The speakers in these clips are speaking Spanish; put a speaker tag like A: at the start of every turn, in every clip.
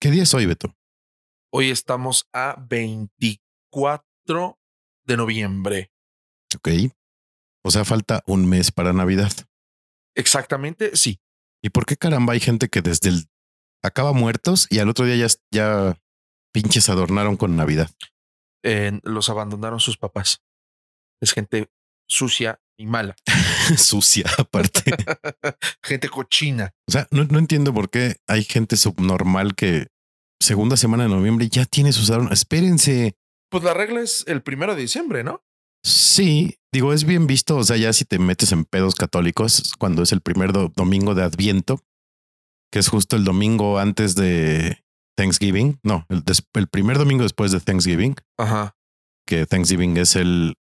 A: ¿Qué día es hoy, Beto?
B: Hoy estamos a 24 de noviembre.
A: Ok. O sea, falta un mes para Navidad.
B: Exactamente, sí.
A: ¿Y por qué caramba hay gente que desde el acaba muertos y al otro día ya, ya pinches adornaron con Navidad?
B: Eh, los abandonaron sus papás. Es gente sucia y mala,
A: Sucia, aparte.
B: gente cochina.
A: O sea, no, no entiendo por qué hay gente subnormal que segunda semana de noviembre ya tiene sus adornos. Espérense.
B: Pues la regla es el primero de diciembre, ¿no?
A: Sí, digo, es bien visto. O sea, ya si te metes en pedos católicos, cuando es el primer do- domingo de Adviento, que es justo el domingo antes de Thanksgiving, no, el, des- el primer domingo después de Thanksgiving,
B: Ajá.
A: que Thanksgiving es el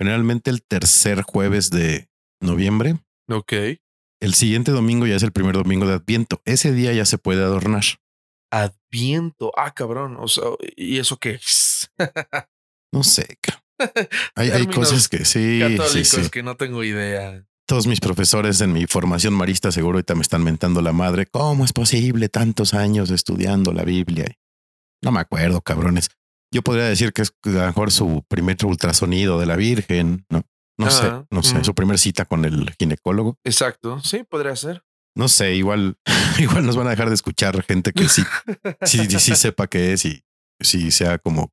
A: generalmente el tercer jueves de noviembre.
B: Ok.
A: El siguiente domingo ya es el primer domingo de Adviento. Ese día ya se puede adornar.
B: Adviento. Ah, cabrón. O sea, ¿y eso qué es?
A: No sé. ca- Hay, hay
B: Términos
A: cosas que sí, sí,
B: Católicos
A: sí.
B: que no tengo idea.
A: Todos mis profesores en mi formación marista seguro ahorita me están mentando la madre. ¿Cómo es posible tantos años estudiando la Biblia? No me acuerdo, cabrones. Yo podría decir que es a lo mejor su primer ultrasonido de la Virgen, ¿no? No sé,
B: Ah,
A: no sé,
B: ujú.
A: su primer cita con el ginecólogo.
B: Exacto. Sí, podría ser.
A: No sé, igual, igual nos van a dejar de escuchar gente que sí, sí, sí, sí sepa qué es y sí sea como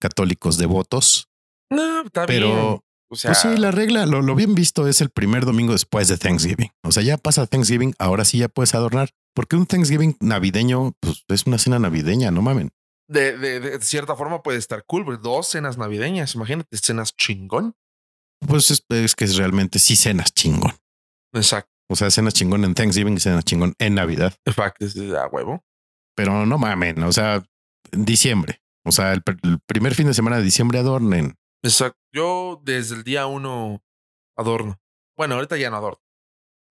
A: católicos devotos.
B: No, está bien.
A: Pero
B: O sea,
A: pues sí, la regla, lo, lo bien visto es el primer domingo después de Thanksgiving. O sea, ya pasa Thanksgiving, ahora sí ya puedes adornar. Porque un Thanksgiving navideño, pues es una cena navideña, no mamen.
B: de, de- de cierta forma puede estar cool, pero dos cenas navideñas, imagínate, cenas chingón.
A: Pues es, es que es realmente sí cenas chingón.
B: Exacto.
A: O sea, cenas chingón en Thanksgiving y cenas chingón en Navidad.
B: Exacto, es de- a huevo.
A: Pero no mamen, o sea, en diciembre. O sea, el, pr- el primer fin de semana de diciembre adornen.
B: Exacto. Yo desde el día uno adorno. Bueno, ahorita ya no adorno.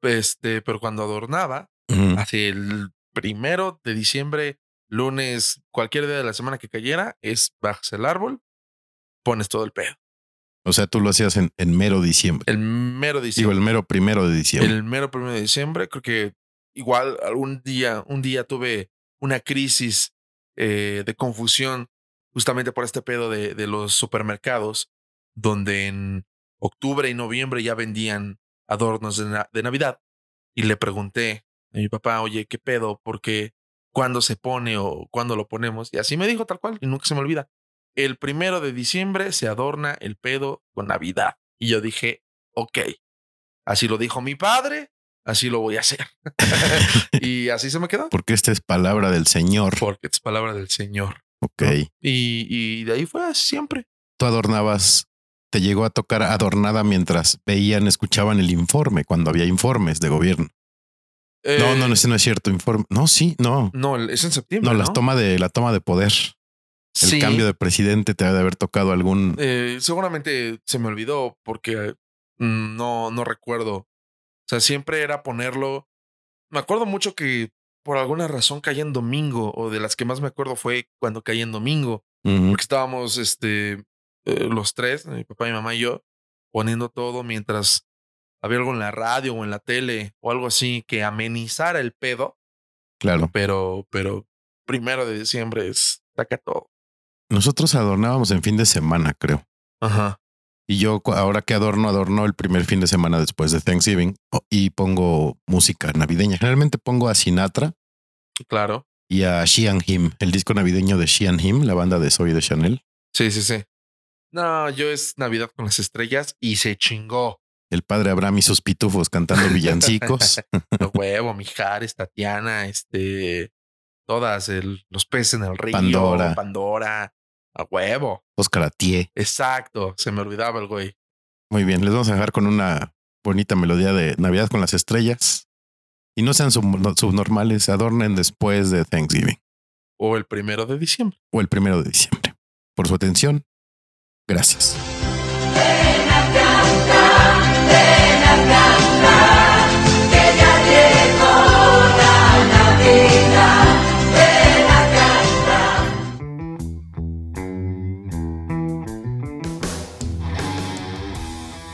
B: Este, pero cuando adornaba,
A: Ujú.
B: hacia el primero de diciembre, lunes, cualquier día de la semana que cayera, es bajas el árbol, pones todo el pedo.
A: O sea, tú lo hacías en, en mero diciembre.
B: El mero
A: Digo,
B: diciembre.
A: el mero primero de diciembre.
B: el mero primero de diciembre, creo que igual algún día, un día tuve una crisis eh, de confusión justamente por este pedo de, de los supermercados, donde en octubre y noviembre ya vendían adornos de, na- de Navidad. Y le pregunté a mi papá, oye, ¿qué pedo? Porque cuándo se pone o cuándo lo ponemos. Y así me dijo tal cual, y nunca se me olvida. El primero de diciembre se adorna el pedo con Navidad. Y yo dije, ok, así lo dijo mi padre, así lo voy a hacer. y así se me quedó.
A: Porque esta es palabra del Señor.
B: Porque es palabra del Señor.
A: Ok.
B: Y, y de ahí fue siempre.
A: Tú adornabas, te llegó a tocar adornada mientras veían, escuchaban el informe, cuando había informes de gobierno. no,
B: Eh,
A: no, no, ese no es cierto informe. No, sí, no.
B: No, es en septiembre.
A: No,
B: No,
A: la toma de la toma de poder. El
B: Sí.
A: cambio de presidente te ha de haber tocado algún.
B: Eh, seguramente se me olvidó porque mm, no, no recuerdo. O sea, siempre era ponerlo. Me acuerdo mucho que por alguna razón caía en domingo, o de las que más me acuerdo fue cuando caía en domingo,
A: Ujú.
B: porque estábamos este, eh, los tres, mi papá, mi mamá y yo, poniendo todo mientras había algo en la radio o en la tele o algo así que amenizara el pedo,
A: Claro.
B: pero, pero primero de diciembre es saca todo.
A: Nosotros adornábamos en fin de semana, creo.
B: Ajá.
A: Y yo cu- ahora que adorno, adorno el primer fin de semana después de Thanksgiving o- y pongo música navideña. Generalmente pongo a Sinatra
B: Claro.
A: y a She and Him, el disco navideño de She and Him, la banda de Soy de Chanel.
B: Sí, sí, sí. No, yo es Navidad con las estrellas y se chingó.
A: El padre Abraham y sus pitufos cantando villancicos.
B: Los huevo, Mijares, Tatiana, este, todas, el- los peces en el río,
A: Pandora.
B: Pandora, a huevo.
A: Oscar Atié.
B: Exacto, se me olvidaba el güey.
A: Muy bien, les vamos a dejar con una bonita melodía de Navidad con las estrellas. Y no sean sub- no- subnormales, adornen después de Thanksgiving
B: O el primero de diciembre.
A: o el primero de diciembre. Por su atención, gracias.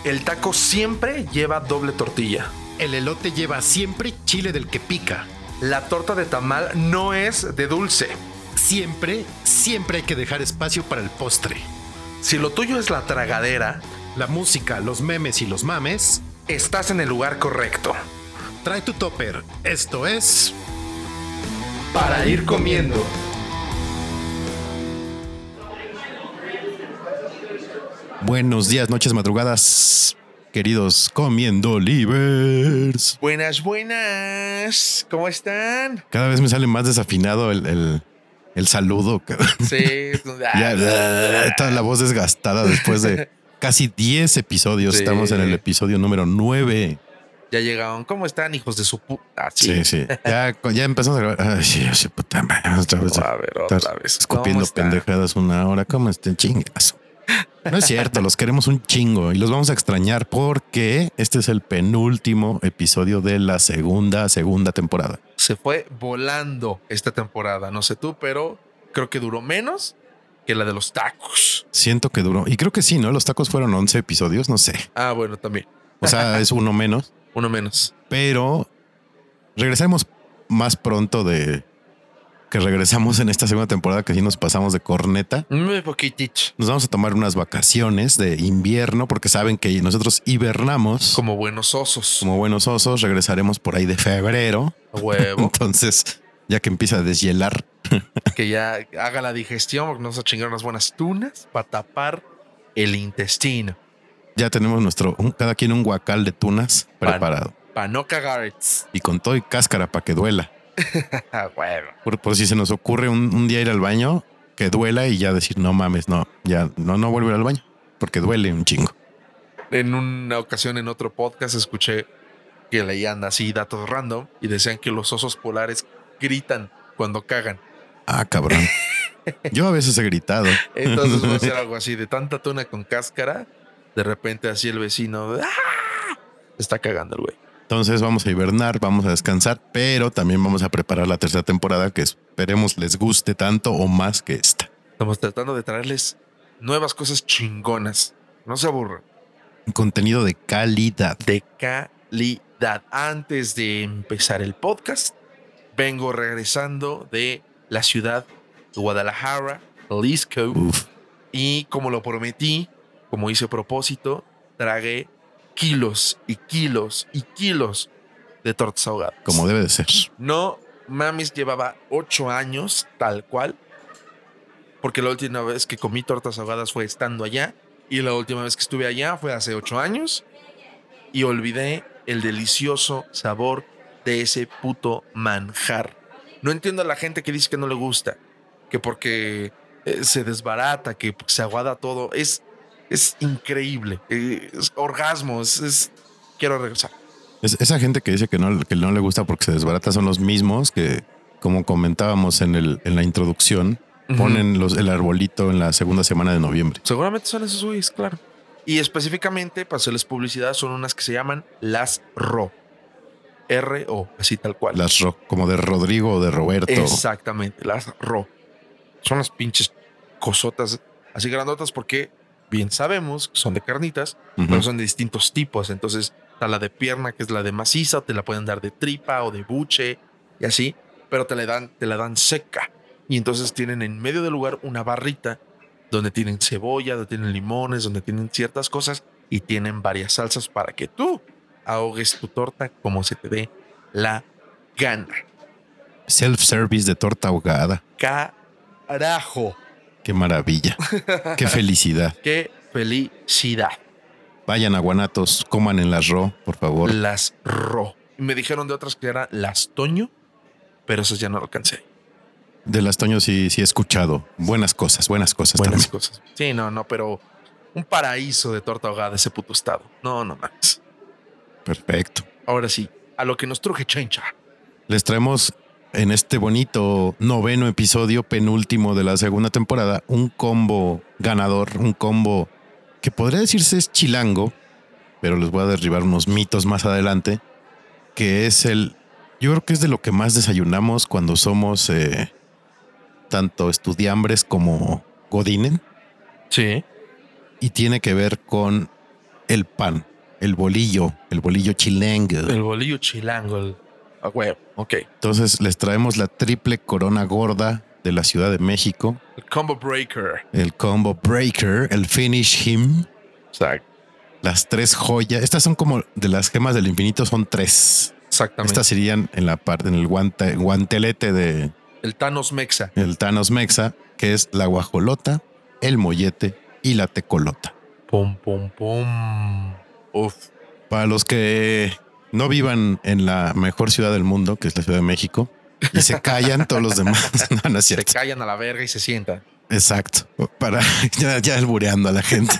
B: El taco siempre lleva doble tortilla.
A: El elote lleva siempre chile del que pica.
B: la torta de tamal no es de dulce.
C: Siempre, siempre hay que dejar espacio para el postre.
B: Si lo tuyo es la tragadera,
C: La música, los memes y los mames.
B: estás en el lugar correcto.
C: Trae tu topper. Esto es.
B: Para ir comiendo.
A: Buenos días, noches, madrugadas, queridos comiendo libres.
B: Buenas, buenas. ¿Cómo están?
A: Cada vez me sale más desafinado el, el- el saludo.
B: Sí.
A: Ah,
B: ah,
A: Ya está la voz desgastada después de casi 10 episodios.
B: Sí.
A: Estamos en el episodio número 9.
B: Ya llegaron. ¿Cómo están, hijos de su Ah, puta?
A: Sí, sí. Ya, ya empezamos a grabar. Ay, sí, sí, puta madre, otra vez.
B: A ver, otra
A: estar
B: vez. ¿Cómo
A: pues Escupiendo
B: están?
A: pendejadas una hora. ¿Cómo estén chingas? No es cierto, los queremos un chingo y los vamos a extrañar porque este es el penúltimo episodio de la segunda, segunda temporada.
B: Se fue volando esta temporada. No sé tú, pero creo que duró menos que la de los tacos.
A: Siento que duró. Y creo que sí, ¿no? Los tacos fueron 11 episodios, no sé.
B: Ah, bueno, también.
A: O sea, es uno menos.
B: Uno menos.
A: Pero regresaremos más pronto de que regresamos en esta segunda temporada que sí nos pasamos de corneta.
B: Muy poquitito.
A: Nos vamos a tomar unas vacaciones de invierno porque saben que nosotros hibernamos.
B: Como buenos osos.
A: como buenos osos, regresaremos por ahí de febrero.
B: A huevo.
A: Entonces, ya que empieza a deshielar,
B: que ya haga la digestión porque nos vamos a chingar unas buenas tunas para tapar el intestino.
A: ya tenemos nuestro, un- cada quien un guacal de tunas
B: Pan.
A: preparado
B: Para no cagar.
A: y con todo y cáscara para que duela.
B: A huevo.
A: Por, por si se nos ocurre un, un día ir al baño, que duela y ya decir, no mames, no, ya no, no vuelvo a ir al baño porque duele un chingo.
B: En una ocasión en otro podcast escuché que leían así datos random y decían que los osos polares gritan cuando cagan.
A: Ah, cabrón. Yo a veces he gritado.
B: Entonces va a ser algo así de tanta tuna con cáscara, de repente así el vecino ¡ah! está cagando el güey.
A: Entonces vamos a hibernar, vamos a descansar, pero también vamos a preparar la tercera temporada que esperemos les guste tanto o más que esta.
B: Estamos tratando de traerles nuevas cosas chingonas. No se aburran.
A: Contenido de calidad.
B: de calidad. Antes de empezar el podcast, vengo regresando de la ciudad de Guadalajara, Jalisco,
A: Uf.
B: y como lo prometí, como hice propósito, tragué kilos y kilos y kilos de tortas ahogadas.
A: como debe de ser.
B: No mames, llevaba ocho años tal cual. Porque la última vez que comí tortas ahogadas fue estando allá. Y la última vez que estuve allá fue hace ocho años. Y olvidé el delicioso sabor de ese puto manjar. No entiendo a la gente que dice que no le gusta. Que porque eh, se desbarata, que se aguada todo. Es, es increíble. eh, Es orgasmo. es- es... Quiero regresar.
A: Es- esa gente que dice que no, que no le gusta porque se desbarata son los mismos que, como comentábamos en, el, en la introducción, ponen los, el arbolito en la segunda semana de noviembre.
B: Seguramente son esos güeyes, claro. Y específicamente, para hacerles publicidad, son unas que se llaman las RO. R-O, así tal cual.
A: Las ro- como de Rodrigo o de Roberto.
B: Exactamente, las RO. Son las pinches cosotas así grandotas porque bien sabemos que son de carnitas,
A: Ujú.
B: pero pues, son de distintos tipos. Entonces, está la de pierna, que es la de maciza, o te la pueden dar de tripa o de buche y así, pero te la dan, te la dan seca. Y entonces tienen en medio del lugar una barrita donde tienen cebolla, donde tienen limones, donde tienen ciertas cosas y tienen varias salsas para que tú ahogues tu torta como se te dé la gana.
A: Self-service de torta ahogada.
B: Carajo,
A: Qué maravilla. Qué felicidad.
B: qué felicidad.
A: Vayan a Guanatos, coman en las ro, por favor.
B: Las ro. Y Me dijeron de otras que era las toño, pero esas ya no alcancé.
A: De las Toño sí, sí he escuchado. Buenas cosas, buenas cosas
B: Buenas
A: también.
B: cosas. Sí, no, no, pero un paraíso de torta ahogada ese puto estado. No, no más.
A: Perfecto.
B: Ahora sí, a lo que nos truje chencha.
A: Les traemos en este bonito noveno episodio, penúltimo de la segunda temporada, un combo ganador, un combo que podría decirse es chilango, pero les voy a derribar unos mitos más adelante, que es el, yo creo que es de lo que más desayunamos cuando somos eh, tanto estudiambres como godinen,
B: Sí.
A: y tiene que ver con el pan, el bolillo, el bolillo chilango.
B: El bolillo chilango, el Ah, güey, ok.
A: Entonces les traemos la triple corona gorda de la Ciudad de México,
B: El combo breaker.
A: el combo breaker, el finish him,
B: Exact-
A: las tres joyas. Estas son como de las gemas del infinito, son tres.
B: Exactamente.
A: Estas irían en la parte, en el guante- guantelete de
B: El Thanos Mexa.
A: el Thanos Mexa, que es la guajolota, el mollete y la tecolota.
B: Pum, pum, pum. Uf.
A: Para los que no vivan en la mejor ciudad del mundo, que es la Ciudad de México, y se callan todos los demás. No, no es
B: Se
A: cierto.
B: callan a la verga y se sientan.
A: Exacto. Para ya, ya albureando a la gente.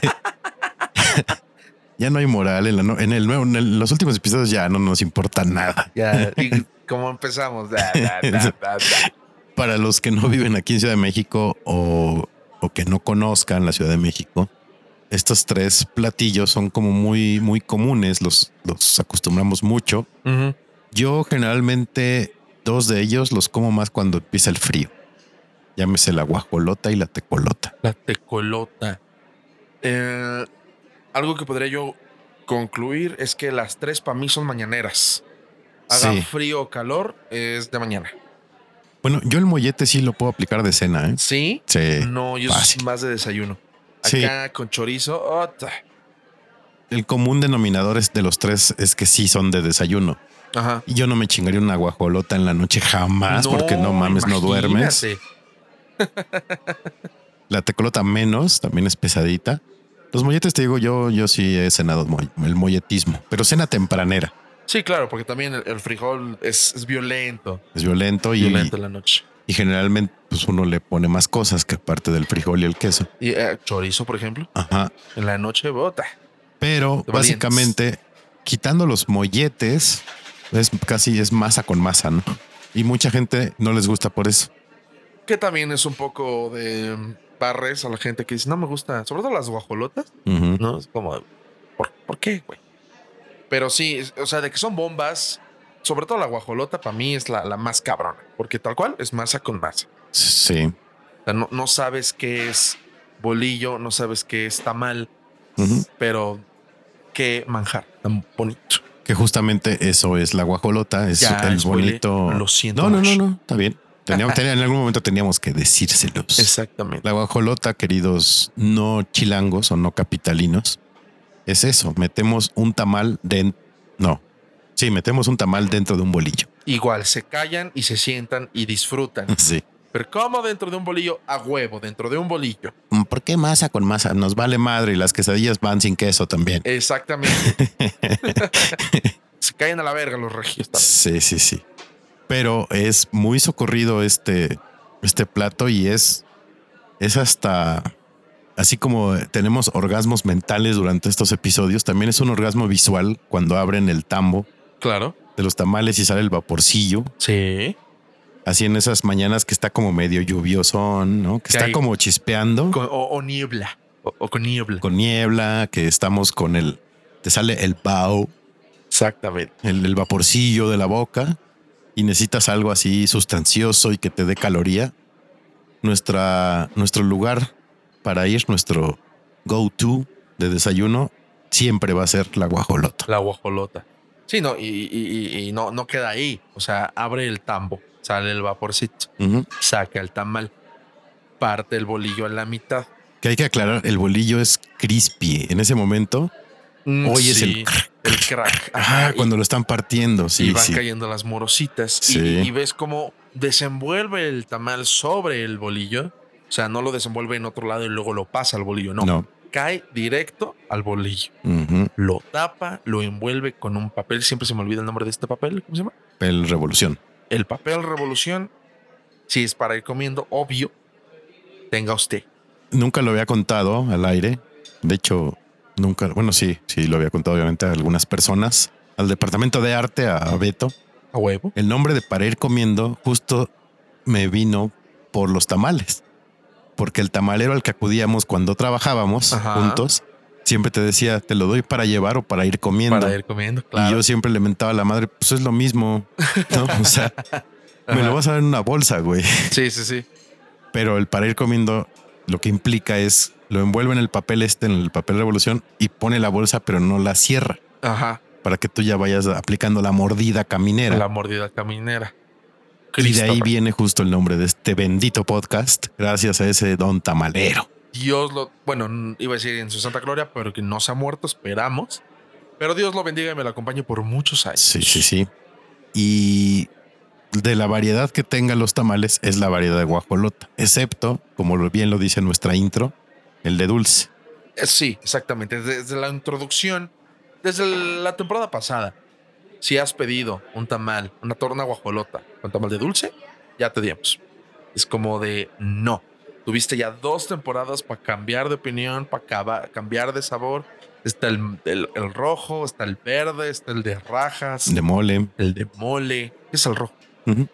A: ya no hay moral en, la no- en el nuevo, en el- los últimos episodios ya no nos importa nada.
B: Ya. Y como empezamos. Da, da, da, da, da.
A: Para los que no viven aquí en Ciudad de México o, o que no conozcan la Ciudad de México, estos tres platillos son como muy, muy comunes. Los, los acostumbramos mucho.
B: Ujú.
A: Yo generalmente dos de ellos los como más cuando empieza el frío. Llámese la guajolota y la tecolota.
B: La tecolota. Eh, algo que podría yo concluir es que las tres para mí son mañaneras. Haga
A: Sí.
B: frío o calor, es de mañana.
A: Bueno, yo el mollete sí lo puedo aplicar de cena, ¿eh?
B: Sí.
A: Sí.
B: No, yo soy
A: fácil.
B: más de desayuno.
A: Sí.
B: Acá con chorizo. ota.
A: El común denominador es de los tres es que sí son de desayuno.
B: Ajá.
A: Y yo no me chingaría una guajolota en la noche jamás, porque no mames, no duermes.
B: imagínate.
A: La tecolota menos, también es pesadita. Los molletes, te digo, yo, yo sí he cenado moll- el molletismo, pero cena tempranera.
B: Sí, claro, porque también el, el frijol es, es violento.
A: Es violento y,
B: Violento en la noche.
A: y generalmente pues uno le pone más cosas que aparte del frijol y el queso.
B: Y eh, chorizo, por ejemplo,
A: Ajá.
B: en la noche bota.
A: Pero
B: De valientes.
A: básicamente, quitando los molletes, es casi es masa con masa, ¿no? Y mucha gente no les gusta por eso.
B: Que también es un poco de mm, barres a la gente que dice, no me gusta, sobre todo las guajolotas,
A: Ujú.
B: ¿no? Es como, ¿por, por qué, güey? Pero sí, es- o sea, de que son bombas, sobre todo la guajolota para mí es la, la más cabrona, porque tal cual es masa con masa.
A: Sí.
B: O sea, no, no sabes qué es bolillo, no sabes qué es tamal,
A: Ujú.
B: pero qué manjar tan bonito.
A: Que justamente eso es la guajolota, es
B: Ya,
A: el
B: spoileé.
A: bonito.
B: Lo siento.
A: No, no, no,
B: mucho.
A: no, está bien. Teníamos- tenía- en algún momento teníamos que decírselos.
B: Exactamente.
A: La guajolota, queridos no chilangos o no capitalinos, es eso. Metemos un tamal dentro. No. Sí, metemos un tamal dentro de un bolillo.
B: Igual se callan y se sientan y disfrutan.
A: Sí.
B: Pero como dentro de un bolillo, a huevo, dentro de un bolillo.
A: Mm, ¿Por qué masa con masa? Nos vale madre y las quesadillas van sin queso también.
B: Exactamente. se callan a la verga los regios.
A: Sí,
B: también.
A: sí, sí. Pero es muy socorrido este, este plato y es, es hasta así como tenemos orgasmos mentales durante estos episodios. También es un orgasmo visual cuando abren el tambo
B: Claro.
A: de los tamales y sale el vaporcillo.
B: Sí.
A: Así en esas mañanas que está como medio lluviosón, ¿no? Que
B: Que hay-
A: está como chispeando con,
B: Con- o, o niebla. O, o con niebla.
A: niebla, que estamos con el. Te sale el bao.
B: Exactamente.
A: el, el vaporcillo de la boca y necesitas algo así sustancioso y que te dé caloría, nuestra, nuestro lugar para ir, nuestro go-to de desayuno, siempre va a ser la guajolota.
B: La guajolota. Sí, no, y, y- y- y no, no queda ahí. O sea, abre el tambo, sale el vaporcito,
A: Ujú.
B: saca el tamal, parte el bolillo a la mitad.
A: Que hay que aclarar, el bolillo es crispy. En ese momento,
B: Mm,
A: Oyes
B: sí, el crack.
A: ah,
B: Ajá, y-
A: cuando lo están partiendo,
B: y
A: sí,
B: van
A: sí.
B: cayendo las morositas. Y-
A: Sí.
B: Y, ves cómo desenvuelve el tamal sobre el bolillo. O sea, no lo desenvuelve en otro lado y luego lo pasa al bolillo. No,
A: No.
B: cae directo al bolillo.
A: Ujú.
B: Lo tapa, lo envuelve con un papel. Siempre se me olvida el nombre de este papel. ¿Cómo se llama?
A: El revolución.
B: El papel revolución. Si es para ir comiendo, obvio, tenga usted.
A: Nunca lo había contado al aire. De hecho, nunca, bueno, sí, sí lo había contado obviamente a algunas personas, al departamento de arte, a Beto.
B: A huevo.
A: El nombre de para ir comiendo justo me vino por los tamales, porque el tamalero al que acudíamos cuando trabajábamos
B: Ajá.
A: juntos siempre te decía, te lo doy para llevar o para ir comiendo.
B: Para ir comiendo,
A: Y
B: claro.
A: yo siempre le mentaba a la madre, pues es lo mismo. ¿no? O sea, me lo vas a dar en una bolsa, güey.
B: Sí, sí, sí.
A: Pero el para ir comiendo lo que implica es lo envuelve en el papel este, en el papel revolución y pone la bolsa, pero no la cierra.
B: Ajá.
A: para que tú ya vayas aplicando la mordida caminera.
B: La mordida caminera.
A: y de ahí
B: Christopher.
A: viene justo el nombre de este bendito podcast, gracias a ese don tamalero.
B: Dios lo, bueno, n- iba a decir en su santa gloria, pero que no se ha muerto, esperamos. Pero Dios lo bendiga y me lo acompañe por muchos años.
A: Sí, sí, sí. Y de la variedad que tengan los tamales es la variedad de guajolota, excepto, como lo- bien lo dice nuestra intro, el de dulce.
B: Eh, Sí, exactamente. Desde la introducción, desde el- la temporada pasada, si has pedido un tamal, una torna guajolota, un tamal de dulce, ya te dimos. Es como de no. Tuviste ya dos temporadas para cambiar de opinión, para cambiar de sabor. Está el, el- el rojo, está el verde, está el de rajas,
A: de mole.
B: el de mole. ¿Qué es el rojo?
A: Ujú.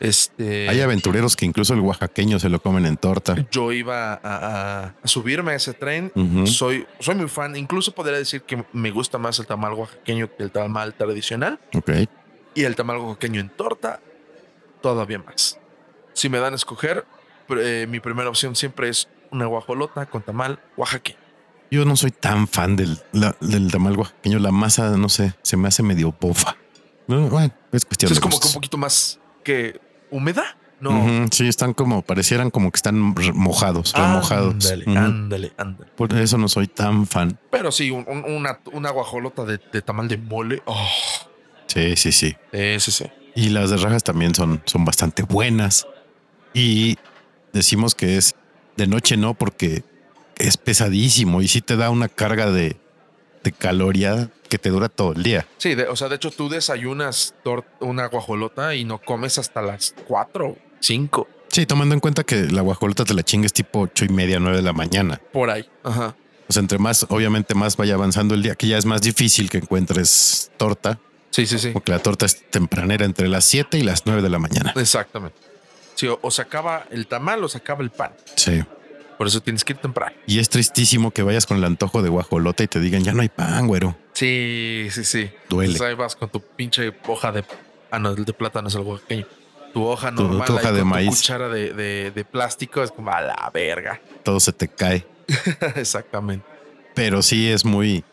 B: Este,
A: Hay aventureros que incluso el oaxaqueño se lo comen en torta.
B: yo iba a, a- a subirme a ese tren.
A: Ujú.
B: Soy, soy muy fan. Incluso podría decir que me gusta más el tamal oaxaqueño que el tamal tradicional.
A: Ok.
B: Y el tamal oaxaqueño en torta, todavía más. Si me dan a escoger, pr- eh, mi primera opción siempre es una guajolota con tamal oaxaqueño.
A: Yo no soy tan fan del, la- del tamal oaxaqueño. La masa, no sé, se me hace medio bofa. No, Bueno, es cuestión
B: Entonces,
A: de
B: es como que
A: gustos.
B: un poquito más que húmeda. No. Ah,
A: Ujú, Sí, están como, parecieran como que están re- mojados, remojados.
B: Ándale,
A: Ujú.
B: ándale, ándale.
A: Por eso no soy tan fan.
B: Pero sí, un- un- una, una guajolota de, de tamal de mole. Oh,
A: Sí, sí, sí.
B: sí, sí, sí.
A: Y las de rajas también son, son bastante buenas. Y decimos que es de noche no porque es pesadísimo y sí te da una carga de, de caloría que te dura todo el día.
B: Sí, de- o sea, de hecho tú desayunas tor- una guajolota y no comes hasta las 4, 5,
A: Sí, tomando en cuenta que la guajolota te la chingues tipo ocho y media, nueve de la mañana.
B: por ahí. Ajá.
A: O sea, entre más, obviamente más vaya avanzando el día, que ya es más difícil que encuentres torta,
B: Sí, sí, sí.
A: porque la torta es tempranera entre las 7 y las 9 de la mañana.
B: Exactamente. Sí, o, o se acaba el tamal o se acaba el pan.
A: Sí.
B: Por eso tienes que ir temprano.
A: Y es tristísimo que vayas con el antojo de guajolota y te digan, ya no hay pan, güero.
B: Sí, sí, sí.
A: Duele.
B: Entonces ahí vas con tu pinche hoja de... Ah, no, el de plátano es el oaxaqueño. Tu hoja
A: Tu-
B: normal
A: tu hoja
B: ahí
A: de
B: con
A: maíz.
B: tu cuchara de, de- de plástico es como a la verga.
A: Todo se te cae.
B: Exactamente.
A: Pero sí es muy...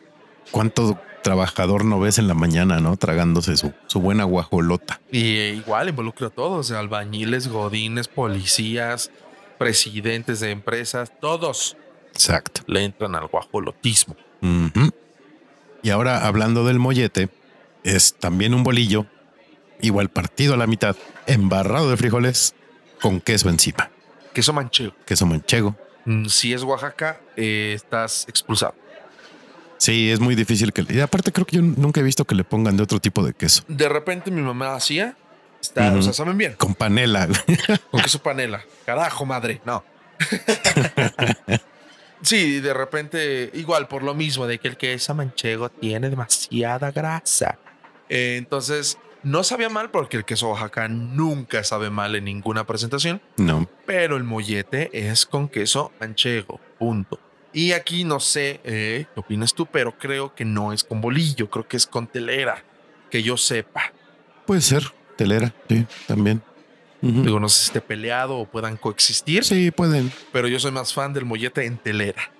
A: ¿Cuánto trabajador no ves en la mañana, no? Tragándose su, su buena guajolota.
B: Y eh, igual involucra a todos, o sea, albañiles, godines, policías, presidentes de empresas, todos
A: Exacto.
B: le entran al guajolotismo.
A: Ujú. Y ahora hablando del mollete, es también un bolillo, igual partido a la mitad, embarrado de frijoles, con queso encima,
B: Queso manchego.
A: queso manchego.
B: Mm, Si es Oaxaca, eh, estás expulsado.
A: Sí, es muy difícil que... le- Y aparte creo que yo nunca he visto que le pongan de otro tipo de queso.
B: De repente mi mamá hacía, está,
A: Ujú.
B: o sea, saben bien,
A: Con panela.
B: con queso panela. Carajo, madre, no. sí, de repente, igual, por lo mismo, de que el queso manchego tiene demasiada grasa. Eh, entonces, no sabía mal porque el queso Oaxaca nunca sabe mal en ninguna presentación,
A: No.
B: pero el mollete es con queso manchego, punto. Y aquí no sé eh, qué opinas tú, pero creo que no es con bolillo, creo que es con telera, que yo sepa.
A: Puede ser. Telera, sí, también. Ujú.
B: Digo, no sé si esté peleado o puedan coexistir,
A: Sí, pueden.
B: pero yo soy más fan del mollete en telera.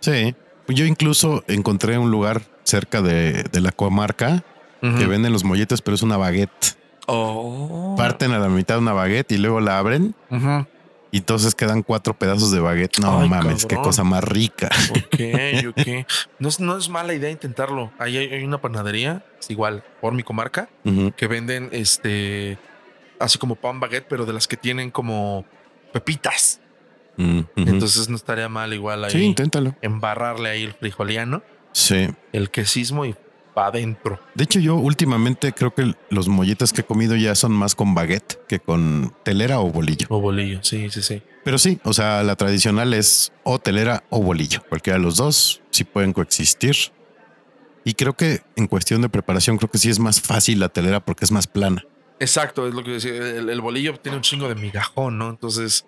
A: Sí. Yo incluso encontré un lugar cerca de, de la comarca que
B: Ujú.
A: venden los molletes, pero es una baguette.
B: Oh.
A: Parten a la mitad una baguette y luego la abren
B: Ujú.
A: y entonces quedan cuatro pedazos de baguette. No
B: Ay,
A: mames, qué
B: cabrón.
A: cosa más rica.
B: Ok, ok. No es, no es mala idea intentarlo. Ahí hay, hay una panadería, es igual, por mi comarca,
A: Ujú.
B: que venden este, así como pan baguette, pero de las que tienen como pepitas.
A: Mm, ujú.
B: Entonces no estaría mal igual ahí
A: sí, inténtalo.
B: embarrarle ahí el frijoliano,
A: Sí.
B: el quesismo y va adentro.
A: De hecho, yo últimamente creo que los molletes que he comido ya son más con baguette que con telera o bolillo.
B: O bolillo, sí, sí, sí.
A: Pero sí, o sea, la tradicional es o telera o bolillo. Cualquiera de los dos sí pueden coexistir. Y creo que en cuestión de preparación, creo que sí es más fácil la telera porque es más plana.
B: Exacto, es lo que decía. El, el bolillo tiene un chingo de migajón, ¿no? Entonces,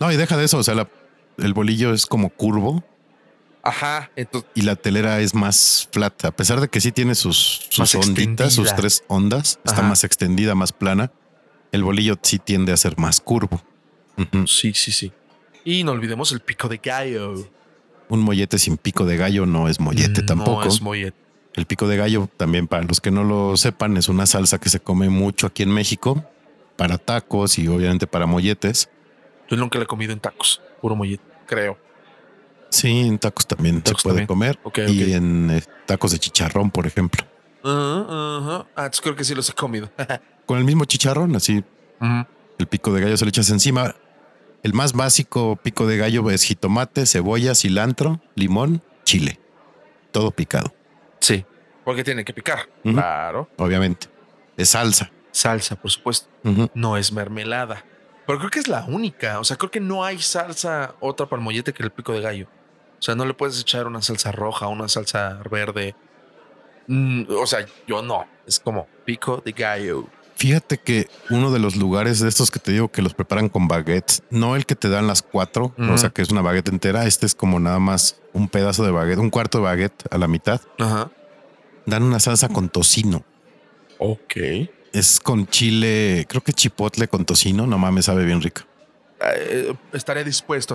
A: No, y deja de eso. O sea, la- el bolillo es como curvo
B: ajá, entonces,
A: y la telera es más flat. A pesar de que sí tiene sus, sus
B: Más extendida.
A: onditas, sus tres ondas, está
B: Ajá.
A: más extendida, más plana. El bolillo sí tiende a ser más curvo. Ujú.
B: sí, sí, sí. Y no olvidemos el pico de gallo.
A: Un mollete sin pico de gallo no es mollete
B: Mm, No
A: tampoco.
B: es mollete.
A: El pico de gallo, también para los que no lo sepan, es una salsa que se come mucho aquí en México para tacos y obviamente para molletes.
B: Yo nunca la he comido en tacos, puro mollete, creo.
A: Sí, en tacos también
B: Tacos
A: se puede
B: también.
A: comer
B: Ok,
A: y
B: ok.
A: en eh, tacos de chicharrón, por ejemplo.
B: Ajá, ajá. Ah, entonces creo que sí los he comido.
A: Con el mismo chicharrón, así
B: Ujú.
A: el pico de gallo se lo echas encima. El más básico pico de gallo es jitomate, cebolla, cilantro, limón, chile. Todo picado,
B: Sí, porque tiene que picar.
A: Ujú.
B: Claro.
A: obviamente. Es salsa.
B: Salsa, por supuesto.
A: Ujú.
B: No es mermelada. Pero creo que es la única. O sea, creo que no hay salsa otra para el mollete que el pico de gallo. O sea, no le puedes echar una salsa roja, una salsa verde. Mm, o sea, yo no. Es como pico de gallo.
A: Fíjate que uno de los lugares de estos que te digo que los preparan con baguettes, no el que te dan las cuatro,
B: Ujú.
A: o sea que es una baguette entera, este es como nada más un pedazo de baguette, un cuarto de baguette a la mitad.
B: Ajá.
A: Dan una salsa con tocino.
B: Ok.
A: Es con chile, creo que chipotle con tocino, no mames, sabe bien rico.
B: eh, estaré dispuesto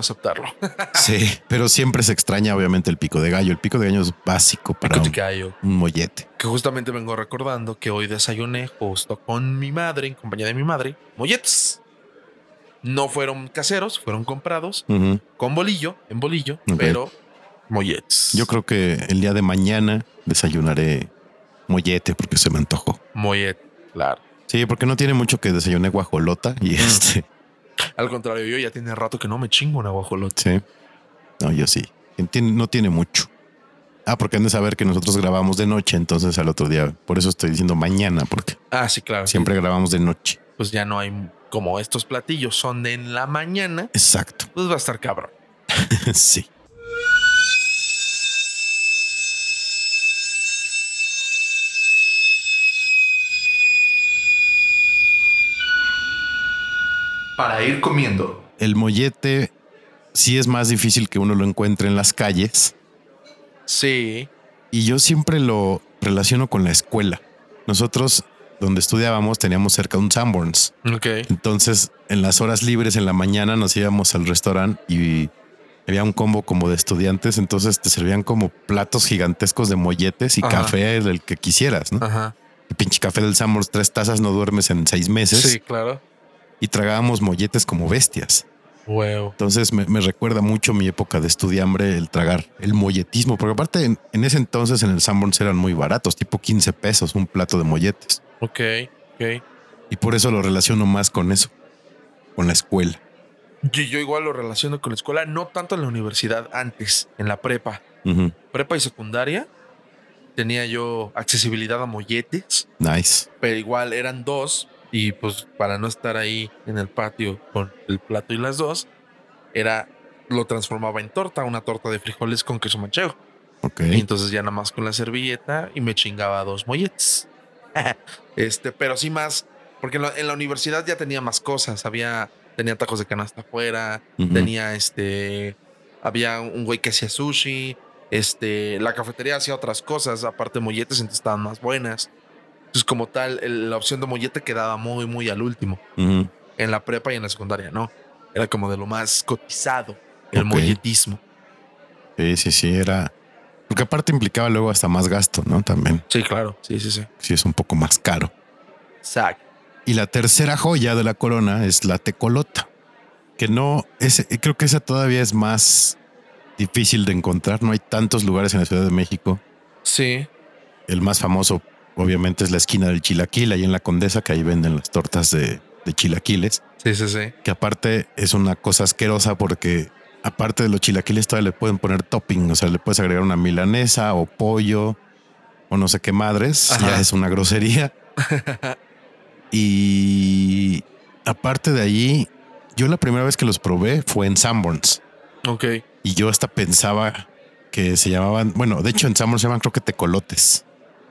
B: a aceptarlo.
A: Sí, pero siempre se extraña obviamente el pico de gallo. El pico de gallo es básico para
B: Pico de
A: un,
B: gallo.
A: un mollete.
B: Que justamente vengo recordando que hoy desayuné justo con mi madre, en compañía de mi madre, molletes. No fueron caseros, fueron comprados
A: Ujú.
B: con bolillo, en bolillo,
A: Ok.
B: pero molletes.
A: Yo creo que el día de mañana desayunaré mollete porque se me antojó.
B: Mollete, claro.
A: Sí, porque no tiene mucho que desayuné guajolota y
B: Mm.
A: este...
B: Al contrario, yo ya tiene rato que no me chingo una guajolota.
A: Sí. No, yo sí. Tiene- no tiene mucho. Ah, porque han de saber que nosotros grabamos de noche, entonces al otro día. Por eso estoy diciendo mañana, porque
B: Ah, sí, claro.
A: siempre grabamos de noche.
B: Pues ya no hay como estos platillos son de en la mañana,
A: Exacto.
B: pues va a estar cabrón.
A: sí.
B: Para ir comiendo.
A: El mollete sí es más difícil que uno lo encuentre en las calles.
B: Sí.
A: Y yo siempre lo relaciono con la escuela. Nosotros, donde estudiábamos, teníamos cerca un Sanborns.
B: Ok.
A: Entonces, en las horas libres en la mañana nos íbamos al restaurante y había un combo como de estudiantes, entonces te servían como platos gigantescos de molletes y
B: Ajá. Ah.
A: café el que quisieras, ¿no?
B: Ajá.
A: El pinche café del Sambors, tres tazas, no duermes en seis meses
B: Sí, claro.
A: y tragábamos molletes como bestias.
B: Huevo.
A: Entonces me, me recuerda mucho mi época de estudiambre el tragar el molletismo, porque aparte en, en ese entonces en el Sanborns eran muy baratos, tipo 15 pesos un plato de molletes.
B: Ok, ok.
A: Y por eso lo relaciono más con eso, con la escuela.
B: Yo, yo igual lo relaciono con la escuela, no tanto en la universidad, antes, en la prepa.
A: Ujú.
B: Prepa y secundaria, tenía yo accesibilidad a molletes,
A: Nice.
B: pero igual eran dos. Y pues para no estar ahí en el patio con el plato y las dos, era lo transformaba en torta, una torta de frijoles con queso manchego.
A: Ok.
B: Y entonces ya nada más con la servilleta y me chingaba dos molletes. este, pero sí más, porque en la, en la universidad ya tenía más cosas. Había, tenía tacos de canasta afuera,
A: Ujú.
B: tenía este, había un güey que hacía sushi, este, la cafetería hacía otras cosas, aparte de molletes, entonces estaban más buenas. Entonces como tal, el- la opción de mollete quedaba muy, muy al último.
A: Ujú.
B: En la prepa y en la secundaria, ¿no? Era como de lo más cotizado, el
A: Ok.
B: molletismo.
A: Sí, sí, sí, era. Porque aparte implicaba luego hasta más gasto, ¿no? También,
B: Sí, claro, sí, sí, sí.
A: sí es un poco más caro.
B: Exacto.
A: Y la tercera joya de la corona es la tecolota, que no, es, creo que esa todavía es más difícil de encontrar. No hay tantos lugares en la Ciudad de México.
B: Sí,
A: El más famoso, obviamente, es la esquina del Chilaquil, ahí en la Condesa, que ahí venden las tortas de, de chilaquiles,
B: sí, sí, sí.
A: que aparte es una cosa asquerosa porque. Aparte de los chilaquiles, todavía le pueden poner topping, o sea, le puedes agregar una milanesa o pollo, o no sé qué madres,
B: Ajá.
A: ya es una grosería. y aparte de allí, yo la primera vez que los probé fue en Sanborns
B: Ok.
A: y yo hasta pensaba que se llamaban, bueno, de hecho en Sanborns se llaman creo que tecolotes,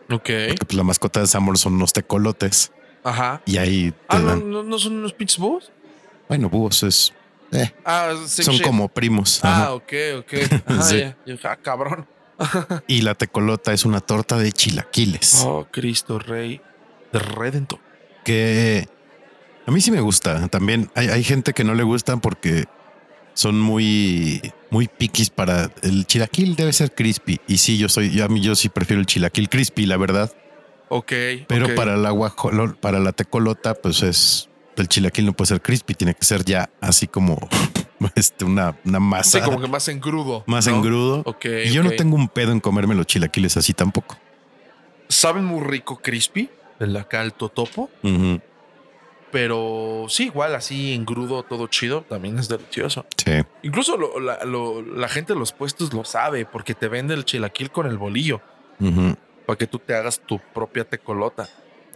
B: Ok.
A: porque pues la mascota de Sanborns son los tecolotes
B: Ajá.
A: y ahí te
B: Ah, no,
A: dan,
B: no, ¿no son unos pinches búhos?
A: bueno, búhos es, eh,
B: Ah, same
A: son
B: shit.
A: como primos.
B: Ah,
A: ajá.
B: ok, ok. Ah,
A: Sí.
B: ya. Yo, Ah, cabrón.
A: Y la tecolota es una torta de chilaquiles
B: Oh, Cristo Rey. De Redentor.
A: que a mí sí me gusta. También hay, hay gente que no le gustan porque son muy, muy piquis para el chilaquil debe ser crispy. Y sí, yo soy, yo, a mí yo sí prefiero el chilaquil crispy, la verdad.
B: Ok.
A: Pero
B: ok.
A: para la guajolo- para la tecolota, pues es el chilaquil no puede ser crispy, tiene que ser ya así como este, una, una masa
B: Sí, como que más en crudo.
A: más
B: ¿no?
A: engrudo.
B: Ok.
A: Y yo no
B: ok.
A: tengo un pedo en comerme los chilaquiles así tampoco.
B: Saben muy rico crispy, el acá el totopo,
A: Ujú,
B: pero sí, igual así en crudo, todo chido, también es delicioso.
A: Sí.
B: Incluso lo- la, lo- la gente de los puestos lo sabe porque te vende el chilaquil con el bolillo
A: Ujú,
B: para que tú te hagas tu propia tecolota.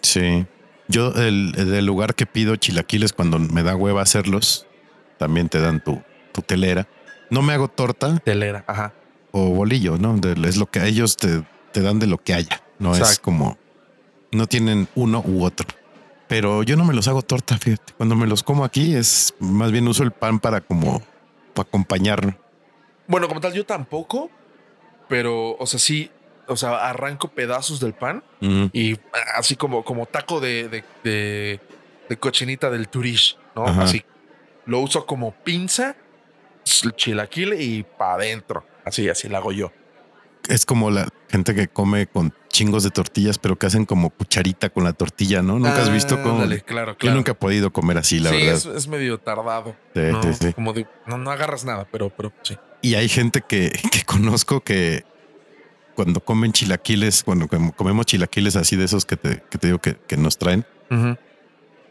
A: Sí. Yo el, del lugar que pido chilaquiles cuando me da hueva hacerlos, también te dan tu, tu telera. No me hago torta
B: Telera, ajá.
A: o bolillo, ¿no? De- es lo que ellos te, te dan de lo que haya. No es
B: Exacto.
A: como... No tienen uno u otro. Pero yo no me los hago torta, fíjate. Cuando me los como aquí es... Más bien uso el pan para como... Para acompañar.
B: Bueno, como tal, yo tampoco, pero, o sea, sí, o sea, arranco pedazos del pan
A: Ujú,
B: y ah, así como, como taco de, de, de- de cochinita del turish, ¿no?
A: Ajá.
B: Así. Lo uso como pinza, el chilaquil y para adentro. Así, así lo hago yo.
A: Es como la gente que come con chingos de tortillas, pero que hacen como cucharita con la tortilla, ¿no? Nunca has visto cómo...
B: Ah, Ándale, claro,
A: Yo
B: claro.
A: nunca he podido comer así, la
B: sí,
A: verdad.
B: Es, es medio tardado.
A: Sí,
B: ¿no?
A: sí, sí.
B: Como de, no, no agarras nada, pero, pero sí.
A: Y hay gente que, que conozco que cuando comen chilaquiles, cuando com- comemos chilaquiles así de esos que te, que te digo que, que nos traen,
B: Ujú.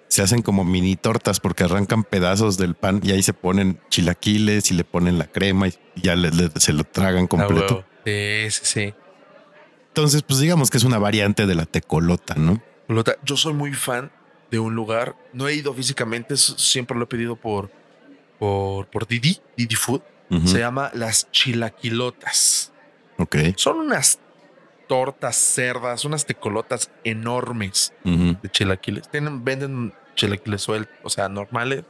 A: se hacen como mini tortas porque arrancan pedazos del pan y ahí se ponen chilaquiles y le ponen la crema y ya le- le- se lo tragan
B: A
A: completo.
B: Ah, huevo. Sí, sí, sí.
A: Entonces, pues digamos que es una variante de la tecolota, ¿no?
B: Lota, yo soy muy fan de un lugar. No he ido físicamente, s- siempre lo he pedido por, por, por Didi, Didi Food.
A: Ujú,
B: Se llama Las Chilaquilotas.
A: Ok.
B: Son unas tortas cerdas, unas tecolotas enormes
A: ujú,
B: de chilaquiles. Tienen, venden chilaquiles sueltos, o sea, normales,